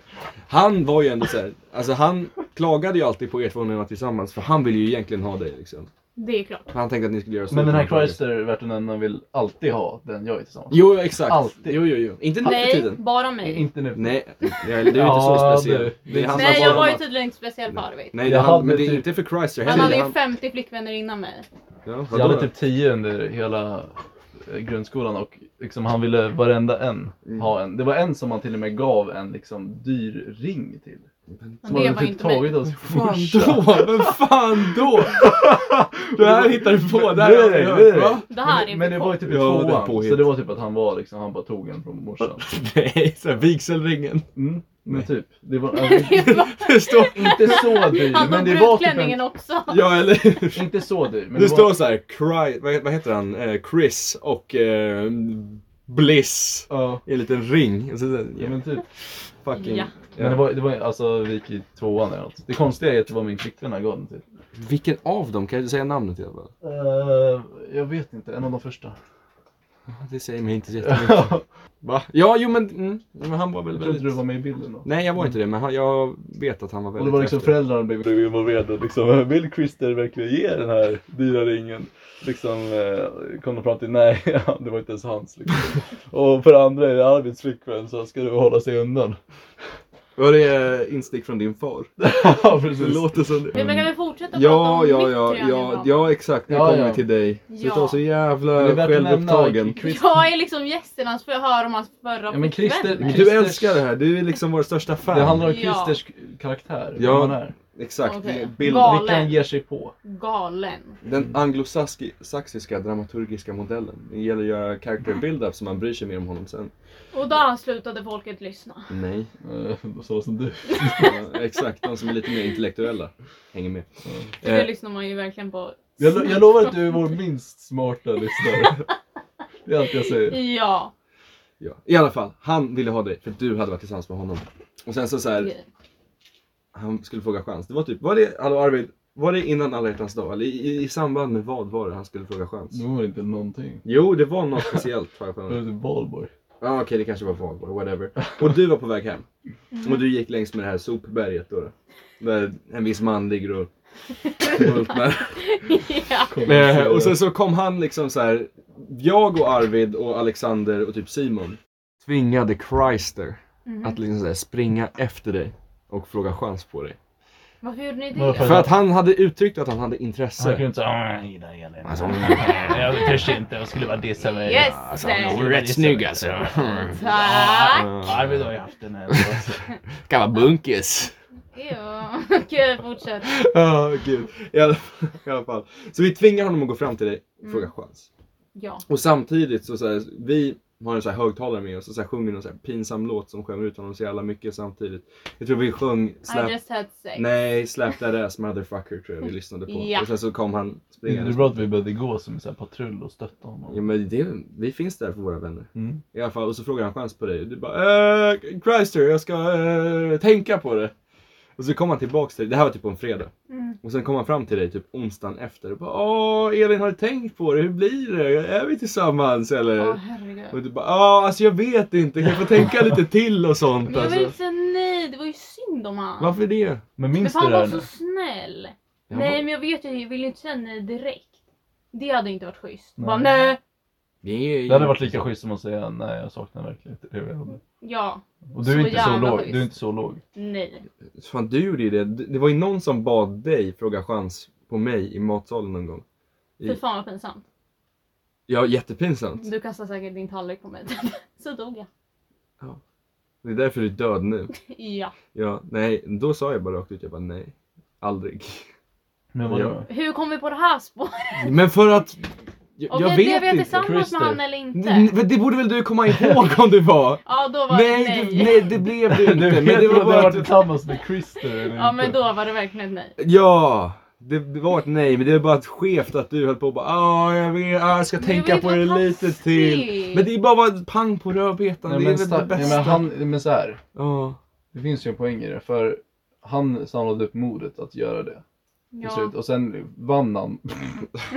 Han var ju ändå såhär, alltså han klagade ju alltid på er två när ni var tillsammans för han ville ju egentligen ha dig liksom.
Det är klart.
Han tänkte att ni skulle göra så.
Men den här Chrysler, värt att nämna, vill alltid ha den jag är tillsammans med.
Jo, exakt.
Alltid.
Jo, jo, jo. Inte nu för
Nej,
tiden.
bara mig.
Inte Alltså, nu.
Nej, det är- du är inte
Ja,
så speciell.
du.
Det handlar
Nej,
bara
jag
om
var ju
att-
tydligen inte speciell för Arvid.
Nej, det
Jag
handlar,
hade
men det är
typ-
inte för Christer
Han
heller.
hade ju
Han-
50 flickvänner innan mig.
Ja,
Jag
vadå?
hade typ 10 under hela eh, grundskolan och liksom han ville varenda en
Mm.
ha en. Det var en som han till och med gav en liksom dyr ring till.
Men
Som
det
han
var
hade typ
inte mig.
tagit av sin
Fan
farsa.
då? Vem fan då? Det här hittar du på, det här har jag aldrig hört, va?
Det här är
Men det var ju typ i
Ja, det är
tvåan,
påhitt.
så det var typ att han var liksom, han bara tog en från morsan.
Nej, såhär vigselringen.
Mm, men
Nej.
typ. Det var
Det var-
Det står...
inte så dyr,
Han
men
tog
det var typ
brudklänningen
en,
också.
Ja eller hur?
inte så dyr. Men
Det
det
står
var,
såhär, Cry... vad vad heter han? Eh, Chris och eh, Bliss.
ja,
I en liten ring. Och så, så-
ja,
ja, men
men typ.
fucking...
Ja.
Men det var, det var alltså, vi gick i tvåan eller något. Det konstiga är att det var min flickvän han gav den till.
Vilken av dem? Kan du säga namnet i alla fall?
Eh, jag vet inte, en av de första.
Det säger mig inte så jättemycket. Va? Ja, jo men, mm, men han var väl
Jag tror inte du
väldigt...
var med i bilden då.
Nej jag var inte det, men han, jag vet att han var
Och
väldigt
det var liksom
häftig.
föräldrarna blev involverade. Liksom, vill Christer verkligen ge den här dyra ringen? Liksom, eh, kom de fram till nej, det var inte ens hans. Liksom. Och för det andra är det Arvids flickvän så han ska du hålla sig undan.
Var det eh, instick från din far?
ja,
Det
precis.
låter som det.
Men kan vi fortsätta prata
Ja,
om
ja,
mitt
ja, ja,
triangeldrama?
ja exakt. Nu
Ja,
kommer
ja.
vi till dig.
Ja.
Sluta vara så
Men det är
jävla
värt att nämna
självupptagen.
Christer-
Jag är liksom gästen hans för jag hör om hans förra
Ja, men Christer-
flickvän.
Du
Christers-
älskar det här, du är liksom vår största fan.
Det handlar om
Ja.
Kristers karaktär,
Ja.
vem han är.
Exakt.
Okej.
Bild,
Galen.
Vilka han ger sig på.
Galen.
den anglosaxiska dramaturgiska modellen. Det gäller att göra character build-up så man bryr sig mer om honom sen.
Och där slutade folket lyssna.
Nej.
Eh, Sådana som du.
Ja, exakt, de som är lite mer intellektuella hänger med.
För det
Eh,
lyssnar man ju verkligen på.
Jag, lo- jag lovar att du är vår minst smarta lyssnare. Det är allt jag säger.
Ja.
ja. I alla fall, han ville ha dig för du hade varit tillsammans med honom. Och sen så, så här,
Okej.
han skulle fråga chans. Det var typ, var det, hallå Arvid, var det innan alla hjärtans dag? Eller i, i, i samband med vad var det han skulle fråga chans?
Det var inte någonting.
Jo, det var något speciellt har jag för
Det var
mig.
typ Valborg.
Ja, okej, det kanske var valborg, whatever. Och du var på väg hem. Och du gick längs med det här sopberget då. då. Där en viss man ligger och multnar.
ja.
Kom,
Eh,
så-
och sen så kom han liksom så här. Jag och Arvid och Alexander och typ Simon tvingade Christer
Mhm.
att liksom så här springa efter dig och fråga chans på dig.
Varför gjorde ni
Varför?
det?
För att han hade uttryckt att han hade intresse.
Han kunde inte säga "Åh, jag gillar Elin.
Alltså,
Jag törs inte, jag skulle bara dissa mig.
Yes!
Alltså,
där.
han
är rätt snygg, alltså.
Tack!
Arvid har ju haft den här. alltså.
Kan vara bunkis.
Ja. Okej, fortsätt.
Ja, gud. I alla, I alla fall. Så vi tvingar honom att gå fram till dig och fråga chans.
Ja.
Och samtidigt så, så här, vi har en så här högtalare med oss och så här sjunger någon så här pinsam låt som skämmer ut honom så jävla mycket samtidigt. Jag tror vi sjöng
I
Slap,
just had sex.
nej, slap that ass motherfucker tror jag vi lyssnade på.
Ja.
Och sen så kom han
Det är
springande.
bra att vi började gå som en sån här patrull och stötta
Ja,
honom.
men det, vi finns där för våra vänner.
Mm.
I alla fall, och så frågar han chans på dig. Och du bara äh, Christer, jag ska eh, tänka på det. Och så kom han tillbaks till dig. Det här var typ på en fredag.
Mm.
Och sen kom han fram till dig typ onsdagen efter. Och bara, Åh, Elin har du tänkt på det? Hur blir det? Är vi tillsammans eller?
Åh herregud.
Och du bara, ja alltså jag vet inte. Kan jag få tänka lite till och sånt
Men jag
alltså.
vill inte säga nej, det var ju synd om han.
Varför det?
Men
Men
minns
för han
du det
var
här
så
nu?
snäll.
Jag
Nej
bara,
men jag vet ju, jag vill ju inte säga nej direkt. Det hade inte varit schysst. Nej. Bara
Nej.
nej.
"Nej."
Det hade varit lika schysst som att säga nej jag saknar verkligen inte det vi hade.
Ja.
Och du är,
Så
inte så,
jävla
låg.
schysst.
du är inte så låg.
Nej.
Fan du gjorde ju det. Det det var ju någon som bad dig fråga chans på mig i matsalen någon gång.
Fy fan vad pinsamt.
Ja, jättepinsamt.
Du kastade säkert din tallrik på mig. så dog jag.
Det är därför du är död nu.
Ja.
Ja, nej, då sa jag bara rakt ut, jag bara nej. Aldrig.
Men vadå?
Ja.
Hur kom vi på det här spåret?
Men för att... Jag,
Okej,
jag
blev
vet
jag
inte.
tillsammans
Christer.
med han eller inte?
N- men Det borde väl du komma ihåg om du var?
Ja då var
nej,
det nej.
Du, nej, det blev du
Du
inte.
vet
men det var
att du har
bara
varit
att...
tillsammans med Christer eller
Ja men
inte?
då var det verkligen ett nej.
Ja, det, det var ett nej, men det var bara ett skevt att du höll på och bara ah, jag, vet, ah, jag ska
Men
tänka
jag
på
vill
det
inte vara
lite
taskig.
till. Men det är bara vad- pang på rödbetan,
Nej,
det är
men,
väl
sta-
det
nej,
bästa.
men, han, men så här,
Ja.
det finns ju en poäng i det. För han samlade upp modet att göra det. till
Ja,
slut. Och sen vann han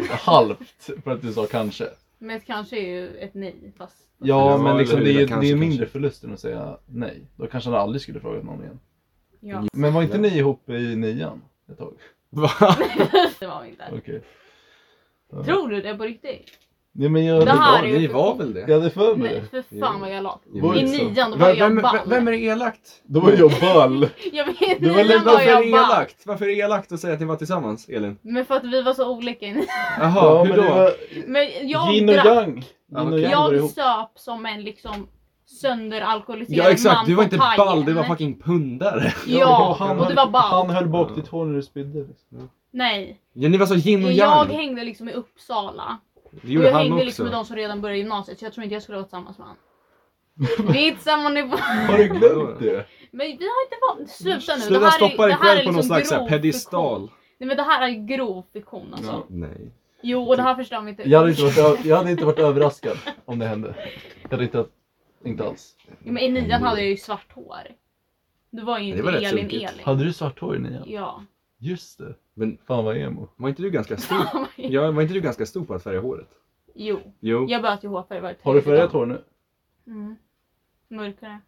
halvt för att du sa kanske.
men ett kanske är ju ett nej fast.
Ja,
Ja, men
eller
liksom,
hur,
det, är, ju-
kanske,
det är ju
kanske.
mindre förlust än att säga nej. Då kanske han aldrig skulle fråga någon igen.
Ja.
Mm. Men var inte
Ja.
ni ihop i nian ett tag?
Va?
Det var vi inte.
Okej. Ja.
Tror du det på riktigt?
Nej men jag,
Det
Ni
här
var,
är ju
ni
för-
var väl det?
jag hade för mig
Nej
det.
för fan vad jag lagt.
Jo,
I
det är så.
nian då var
Vem,
jag
vem,
ball.
vem är det elakt?
Då var jag ball.
Jag vet, i
Det var
nian
lite
var
Varför är det
jag ball.
elakt? Varför är det elakt att säga att ni var tillsammans, Elin?
Men för att vi var så olika. i nian.
Jaha, hur då?
det var
Men jag
yin och
drack.
yang.
Ja,
Yin och
okej.
yang var
Jag
ihop.
söp som en liksom sönderalkoholiserad
Ja exakt,
man
du var
på
inte
pajen.
ball, du var fucking pundare.
Ja,
han
och
höll-
det var ball.
Han höll bak ditt hår när du spydde. Liksom.
Nej.
Ja, ni var så yin och
Jag
yang.
hängde liksom i Uppsala.
Det
Och
gjorde
jag
han
hängde
också.
liksom med de som redan började gymnasiet så jag tror inte jag skulle vara tillsammans med honom. Vi är inte samma nivå.
Har du glömt det?
Men vi har inte varit... Sluta nu.
Sluta stoppa dig
det här liksom
själv på någon slags så här
grov fiktion.
pedestal.
Nej men det här är grov fiktion alltså.
Ja.
Nej.
Jo och det här förstör mig inte.
Jag hade inte varit, ö- jag hade inte varit överraskad om det hände. Jag hade inte, inte alls.
Jo, Men i nian hade jag ju svart hår. Du var ju
Det
inte
var rätt
Elin
sunkigt.
Elin.
Hade du svart hår i nian?
Ja.
Just det.
Men-
Fan vad emo.
Var inte du ganska stor? Ja, var inte du ganska stor på att färga håret?
jo.
Jo.
Jag började ju hårfärg varje
Har du färgat hår nu?
Mm. Mörkare.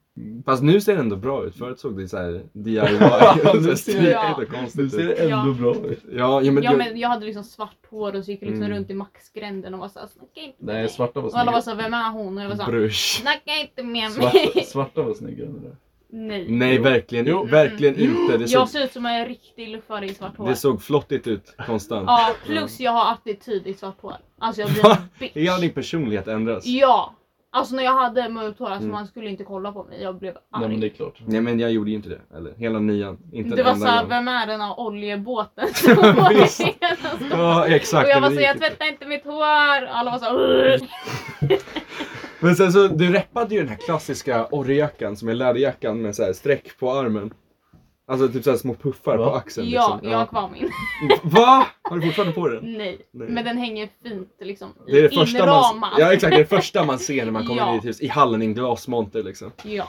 Fast nu ser det ändå bra ut. Förut såg det så här DIY. så
Nu ser det-
strikt och
Du
konstigt
ser
ut.
ändå
Ja.
bra ut.
Ja, ja, men,
Ja
jag-
men jag hade liksom svart hår och så gick jag liksom
Mm.
runt i maxgränden och var såhär snacka inte med
Nej,
mig.
svarta var
Och alla var
snyggare.
såhär vem är hon? Och jag var såhär
Brush.
snacka inte med
Svarta,
mig.
svarta var snyggare än det där.
Nej.
Nej,
Jo.
verkligen,
Jo.
verkligen inte. Det såg,
Mm. Jag ser ut som en riktig luffare i svart hår.
det såg flottigt ut konstant.
Ja plus jag har attityd i svart hår. Alltså jag blir en bitch.
Hela din personlighet ändras.
Ja. Alltså när jag hade mörkt hår, alltså
Mm.
man skulle inte kolla på mig. Jag blev
Nej men det
arg.
är klart.
Nej men jag gjorde ju inte det. Eller hela nian. Inte
Det
en
var
enda
såhär,
gång.
vem är den här oljebåten som går
Visst.
igenom?
Ja exakt.
Och jag
det
var
gick
såhär, jag
inte.
tvättar inte mitt hår. Alla var såhär, "Ugh."
Men sen så, du reppade ju den här klassiska orrejackan som är läderjackan med så här streck på armen. Alltså typ såhär små puffar
Va?
på axeln.
ja,
liksom.
jag har kvar min.
Va? Har du fortfarande på den?
Nej.
Nej.
men den hänger fint liksom
Det är det första man,
inramad.
ja, exakt, det är det första man ser när man kommer
Ja.
in i ett hus. I hallen i en glasmonter liksom.
Ja.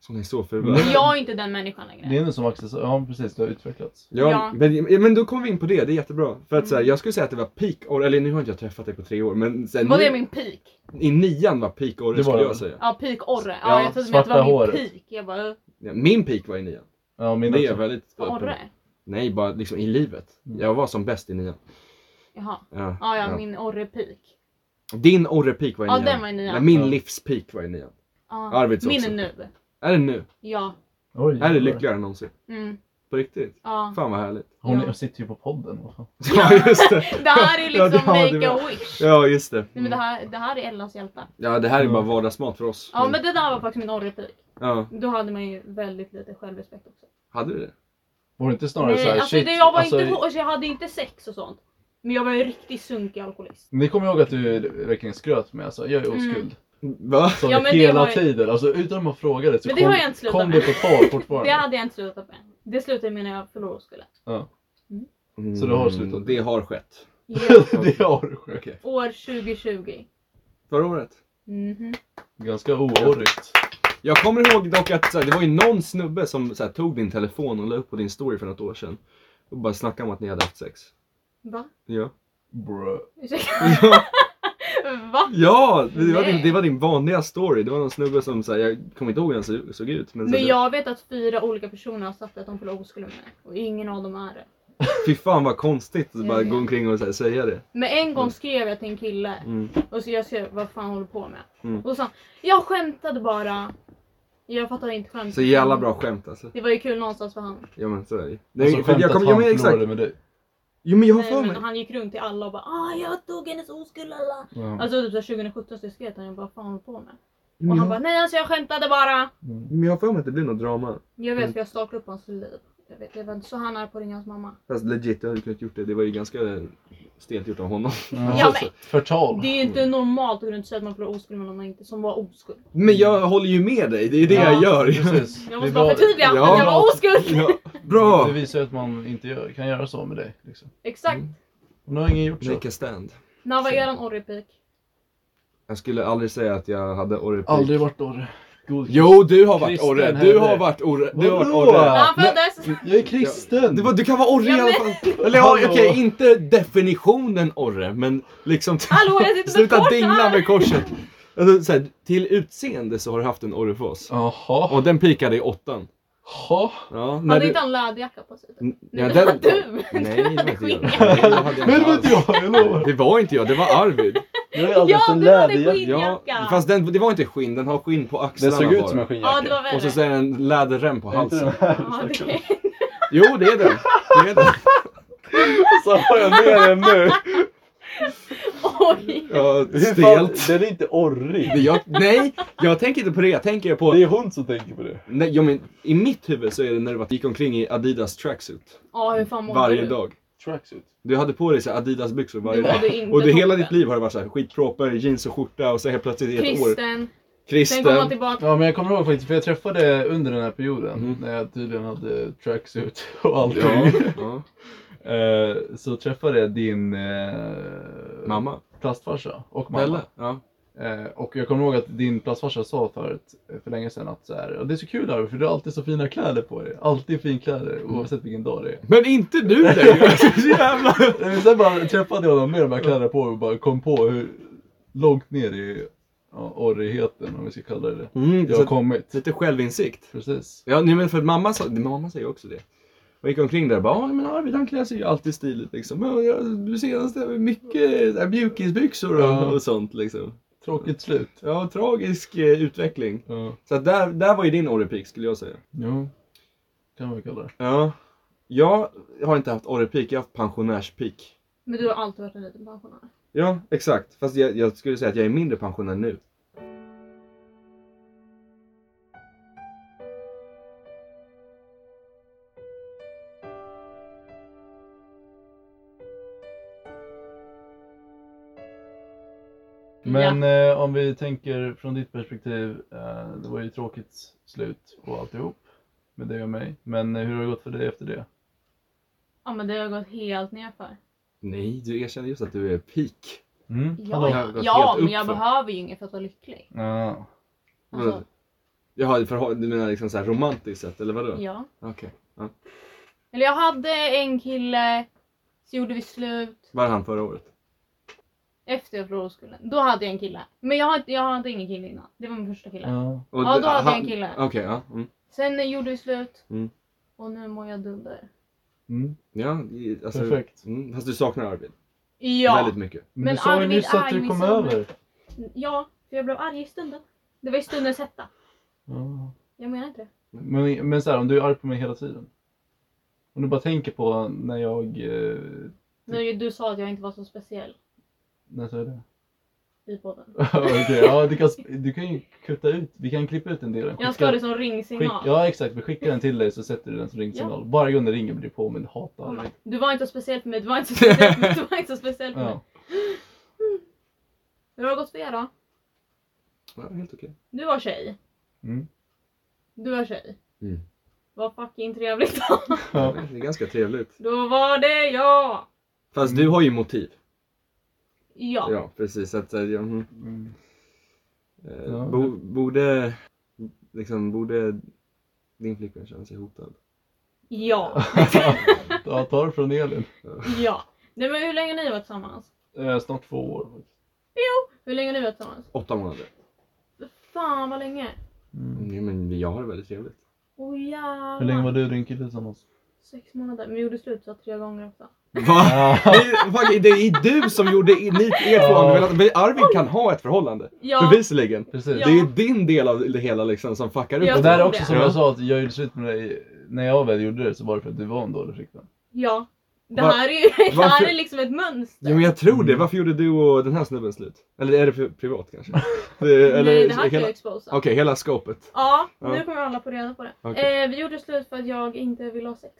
Som är så ful.
Men jag är inte den människan längre.
Det är nu som accessoar, ja precis, det har utvecklats.
Ja,
Ja.
Men, ja, men då kommer vi in på det, det är jättebra. För att så här,
Mm.
jag skulle säga att det var peak år, eller nu har inte jag träffat dig på tre år men så här,
Var det
ni-
min peak?
i nian var peak år
Det var
skulle
det
jag
väl?
säga.
Ja, peak orre. Ja,
Ja,
jag trodde mer att det
svarta
var min
håret.
peak. Jag bara, "Ugh,
Ja, Min peak var i nian.
Ja, min
Det är
också.
väldigt...
vad orre?
Nej, bara liksom i livet.
Mm.
Jag var som bäst i nian.
Jaha.
Ja.
Ja, ja,
Ja.
min orre peak.
Din orre-peak var i
Ja,
nian.
den var i nian.
Nej, min
Ja.
livspeak var i nian.
Ja.
Arvids
Min
också.
är nu.
Är det nu?
Ja.
Oj,
Är det
jävlar.
lyckligare än någonsin?
Mm.
På riktigt?
Ja.
Fan vad härligt.
Hon
Ja.
jag sitter ju på podden. vad fan.
Ja, just det.
Det här är
Ja, det
liksom
var- det
make
var-
a wish.
Ja, just det.
Nej, men det, här, det här är Ellas hjältar.
Ja, det här är
Ja.
bara vardagsmat för oss.
Ja men det där var faktiskt min orre peak.
ja.
Då hade man ju väldigt lite självrespekt också.
Hade du det?
Var det inte snarare
Nej,
så här,
alltså,
shit,
det, jag, var
alltså,
inte, hår- jag hade inte sex och sånt. Men jag var ju riktigt sunkig alkoholist.
Ni kommer ihåg att du verkligen skröt med alltså, jag är oskuld.
Va?
Så
Mm. Ja, men det
hela
har jag-
tiden, alltså utan att man frågade så
Men det
kom,
har jag inte slutat
kom
med.
det på tal
Det
fortfarande.
hade jag inte slutat med. Det slutade med när jag förlorade oskulden.
Mm,
Så det har slutat.
Det har skett.
Ja.
det har du sjukt.
År 2020.
Förra året.
Mhm.
Ganska oorrigt.
Jag kommer ihåg dock att så här, det var ju någon snubbe som så här, tog din telefon och la upp på din story för något år sedan. Och bara snackade om att ni hade haft sex.
Va?
Ja.
Bro.
Ursäkta?
Ja,
Va?
ja det, var din,
Nej.
det var din vanliga story. Det var någon snubbe som, så här, jag kommer inte ihåg hur han så- såg ut. Men, så,
Men jag vet att fyra olika personer har sagt att de förlorade oskulden med mig. Och ingen av dem är det.
fy fan vad konstigt att bara
Ja.
gå omkring och så här, säga det.
Men en gång skrev jag till en kille.
Mm.
Och så jag skrev vad fan håller du på med?
Mm.
Och så sa han, jag skämtade bara. Jag fattade inte skämt.
Så jävla bra skämt alltså.
Det var ju kul någonstans för han.
Ja men så är det ju. Nej,
Alltså
för
skönt
jag
att
kommer, ja,
han
men, exakt.
förlorade med dig.
Jo men jag har
Nej,
för
men
mig. Mm.
han gick runt till alla och bara ah jag tog hennes oskuld alla.
Ja.
Alltså typ så här 2017 så jag skrev till honom vad fan håller du på med?
Jo,
Och
men
han
jag-
bara nej alltså jag skämtade bara.
Mm.
Mm. Men jag har för mig att det blir något drama.
Jag vet
Mm.
för jag stakade upp hans liv. Jag vet, jag vet inte. Så han är på att ringa hans mamma.
Fast legit, jag hade kunnat gjort det. Det var ju ganska stelt gjort av honom.
Ja,
Alltså, Förtal.
Det är ju inte normalt att gå runt och säga att man förlorar oskuld med någon man inte som var oskuld.
Men jag håller ju med dig, det är ju det
Ja,
jag gör.
Precis.
Jag
Det
måste
var-
bara förtydliga
Ja.
att jag var oskuld.
Ja,
Det
bra!
visar ju att man inte gör, kan göra så med dig. Liksom.
Exakt.
Mm.
Och nu har ingen gjort så.
Make a stand.
När var eran orrepik?
Jag skulle aldrig säga att jag hade orre
Aldrig varit orre. God.
Jo, du har varit
Kristen
orre.
henne.
Du har varit orre. Du har varit
Vadå?
orre.
När han
men-
föddes?
Jag är kristen!
Du, var- du kan vara orre i
Ja,
alla
men-
fall. Eller ja, okej,
Hallå.
inte definitionen orre, men liksom...
Hallå jag sitter med
Sluta
kors
dingla
här!
med korset. Alltså, så här, till utseende så har du haft en orrefas.
Jaha.
Och den pikade i åttan.
Jaha.
Ja, när
Hade
du-
inte han läderjacka på sig? typ?
N-
Nej,
ja,
det var
den-
du!
Nej, det
Du
var
hade
inte jag.
skinka.
Nej, det hade jag
Men det var inte
alls.
jag, jag lovar.
Det var inte jag, det var Arvid.
Jag är
Ja,
en
du hade
läderjacka.
Ja,
skinnjacka!
fast den, det var inte skinn, den har skinn på
Den
axlarna
såg ut
bara.
som en skinnjacka.
Ja det var värre.
Och så säger den en läderrem på
Är inte
halsen.
den här
Ja,
vi snackar om?
det-
Jo, det är den. Det är den.
Så har jag med den nu.
Oj!
Ja,
Hur fan-
stelt.
Den är inte orrig.
Det- Jag, nej, jag tänker inte på det. Jag tänker
Det
på...
är hon som tänker på det.
Nej, jag men, I mitt huvud så är det när du var- gick omkring i Adidas tracksuit.
Ja hur fan mådde
Varje
du?
dag.
Tracksuit.
Du hade på dig så här Adidas byxor varje
Du
dag.
mådde inte
Och det, hela
toppen.
ditt liv har det varit så här skitproper, jeans och skjorta och så helt plötsligt i ett år.
Kristen. Sen kom han
Kristen.
tillbaka.
Ja men jag kommer ihåg faktiskt, för jag träffade under den här perioden
Mhm.
när jag tydligen hade tracksuit och allting.
Ja, ja.
Eh, så träffade jag din eh,
Mamma.
plastfarsa och mamma.
Bella. Ja.
Eh, och jag kommer ihåg att din plastfarsa sa förut, eh, för länge sedan att så här, "Ja, det är så kul Arvid för du har alltid så fina kläder på dig. Alltid finkläder
Mm.
oavsett vilken dag det är.
Men inte du längre! Så jävla...
Eh, Men sen bara träffade jag honom med de här kläderna på och bara kom på hur långt ner i ja, orrigheten, om vi ska kalla det det,
Mm,
jag har
så,
kommit.
lite självinsikt.
Precis.
Ja, nej, men för att mamma, sa, men mamma säger också det. Och gick omkring där och bara, "Ja, men Arvid han klär sig ju alltid stiligt liksom. Ja, ja, Det senaste är mycket så här mjukisbyxor och,
Ja.
och sånt liksom.
Tråkigt slut.
Ja, tragisk eh, utveckling.
Ja,
Så att där, där var ju din orrepik skulle jag säga.
jo. Kan man kalla det.
Ja. Jag har inte haft orrepik, jag har haft pensionärspik.
Men du har alltid varit en liten pensionär.
Ja, exakt. Fast jag, jag skulle säga att jag är mindre pensionär nu.
Men eh, om vi tänker från ditt perspektiv, eh, det var ju tråkigt slut på alltihop med dig och mig. Men eh, hur har det gått för dig efter det?
Ja men det har gått helt nerför.
Nej, du erkänner just att du är peak.
Mm.
Hallå,
Ja,
jag har
ja,
gått helt
men jag
uppför. Mm.
behöver ju inget för att vara lycklig.
Ja.
Alltså,
Jag har, förhå- du menar liksom så här romantiskt sett, eller vadå?
ja.
Okej.
Eller jag hade en kille, så gjorde vi slut
Var han förra året?
efter förlovskullen. Då hade jag en kille. Men jag hade, jag hade ingen kille innan. Det var min första kille.
Ja.
Och
Ja,
det-
då hade jag
han-
en kille.
Okej, ja. Mm.
Sen gjorde vi slut.
Mm.
Och nu mår jag dunder.
Mm.
ja i- alltså,
Perfekt.
Mm, fast du saknar Arvid?
Ja.
Väldigt mycket.
Men,
Men
du sa ju
Arvid
nyss
är
att
ju
du kom
min son.
över.
Ja, för jag blev arg i stunden. Det var i stundens hetta.
Ja.
Jag menar inte det.
Men, men så här, om du är arg på mig hela tiden. Om du bara tänker på när jag... Eh,
Nu, du sa att jag inte var så speciell
när sa jag det?
i podden.
Okej, ja, du, kan, du kan ju kutta ut, vi kan klippa ut en del.
Jag
Skicka-
ska ha det som
Skick,
ringsignal.
ja exakt, vi skickar den till dig så sätter du den som ringsignal. Varje gång den ringer blir du påmind, hatar
Mamma,
dig.
Oh Du var inte så speciell för mig, du var inte så speciell för mig, du var inte så speciell för mig.
Ja.
Hur har det gått för er då?
Ja, helt okej.
Du var tjej.
Mm.
Du var tjej.
Mm.
Vad fucking trevligt då.
Ja,
Ja.
Det är ganska trevligt.
Då var det jag.
Fast
Mm.
du har ju motiv.
Ja.
Ja, precis. Att, eh, ja, mm.
Mm.
Eh,
Ja.
bo, borde, liksom, borde din flickvän känna sig hotad?
Ja.
ja, ta det från Elin.
Ja. Nej men hur länge har ni varit tillsammans?
Eh, snart två år. faktiskt.
Hur länge har ni varit tillsammans?
Åtta månader.
Fan vad länge.
Mm.
Mm, men jag har det väldigt trevligt.
Åh jävlar.
Hur länge var du och din kille tillsammans?
Sex månader. Men vi gjorde slut så tre gånger också.
Va?
Ah,
Det är, fuck, det är du som gjorde i- ni er två
Ja.
annorlunda. Men Arvid kan ha ett förhållande.
Ja.
Bevisligen.
precis.
Ja.
Det är din del av det hela liksom som fuckar upp.
Ja.
Och
det.
där är
tror
också
det.
som
Ja.
jag sa, att jag gjorde slut med dig, när jag väl gjorde det så var det för att du var en dålig flickvän.
Ja. Det
Va-
här är ju det
varför-
här är liksom ett mönster.
Ja, men jag tror det.
Mm.
Varför gjorde du och den här snubben slut? Eller är det pri- privat kanske? Det, eller,
Nej det här kan
hela...
jag
Okej,
exposa.
hela skopet.
Ja,
Ja.
nu kommer alla få reda på det.
Okej.
Eh, vi gjorde slut för att jag inte ville ha sex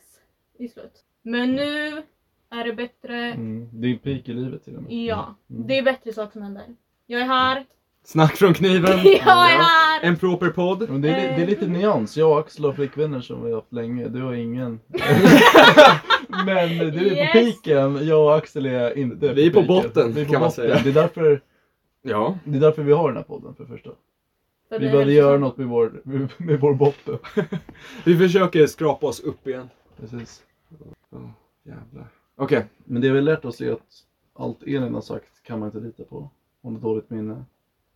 i slut. Men nu är det bättre.
Mm. Det är en peak i livet till och med.
Ja,
Mm.
det är bättre saker som händer. Jag är här.
Snack från kniven.
Jag är här.
En proper podd.
Men det, är, li- det är
Eh.
lite nyans. Jag och Axel har flickvänner som vi har haft länge. Du har ingen. Men du är
Yes.
på piken. Jag och Axel är inte
Vi är på
peaken.
botten,
Vi är på
kan man
botten.
säga.
Det är, därför,
Ja.
det är därför vi har den här podden för det första.
För
Vi
är liksom-
behöver
hälsosamt.
göra något med vår, med vår botten.
Vi försöker skrapa oss upp igen.
Precis.
Jävlar. Okej.
Men det vi har lärt oss är att allt Elin har sagt kan man inte lita på. Hon har dåligt minne.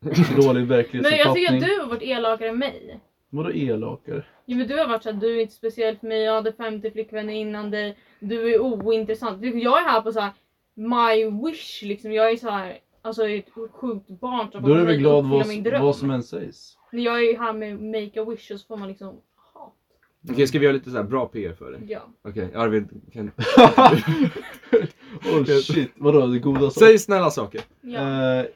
Dålig
Men jag tycker
verklighetsuppfattning.
att du har varit elakare än mig.
Vadå elakare?
Jo, men du har varit så att du är inte speciell för mig, jag hade 50 flickvänner innan dig, du är ointressant. Du- Jag är här på så här my wish liksom. Jag är så här, alltså ett sjukt barn som
Då är du väl
mig
glad
uppfylla
vad,
min dröm.
vad som än sägs.
Men jag är ju här med make a wish och så får man liksom hat.
Okej, ska vi göra lite så här bra PR för dig?
Ja.
Okej, Arvid. Kan...
oh shit, vadå det goda saker?
Säg snälla saker.
ja.
Eh,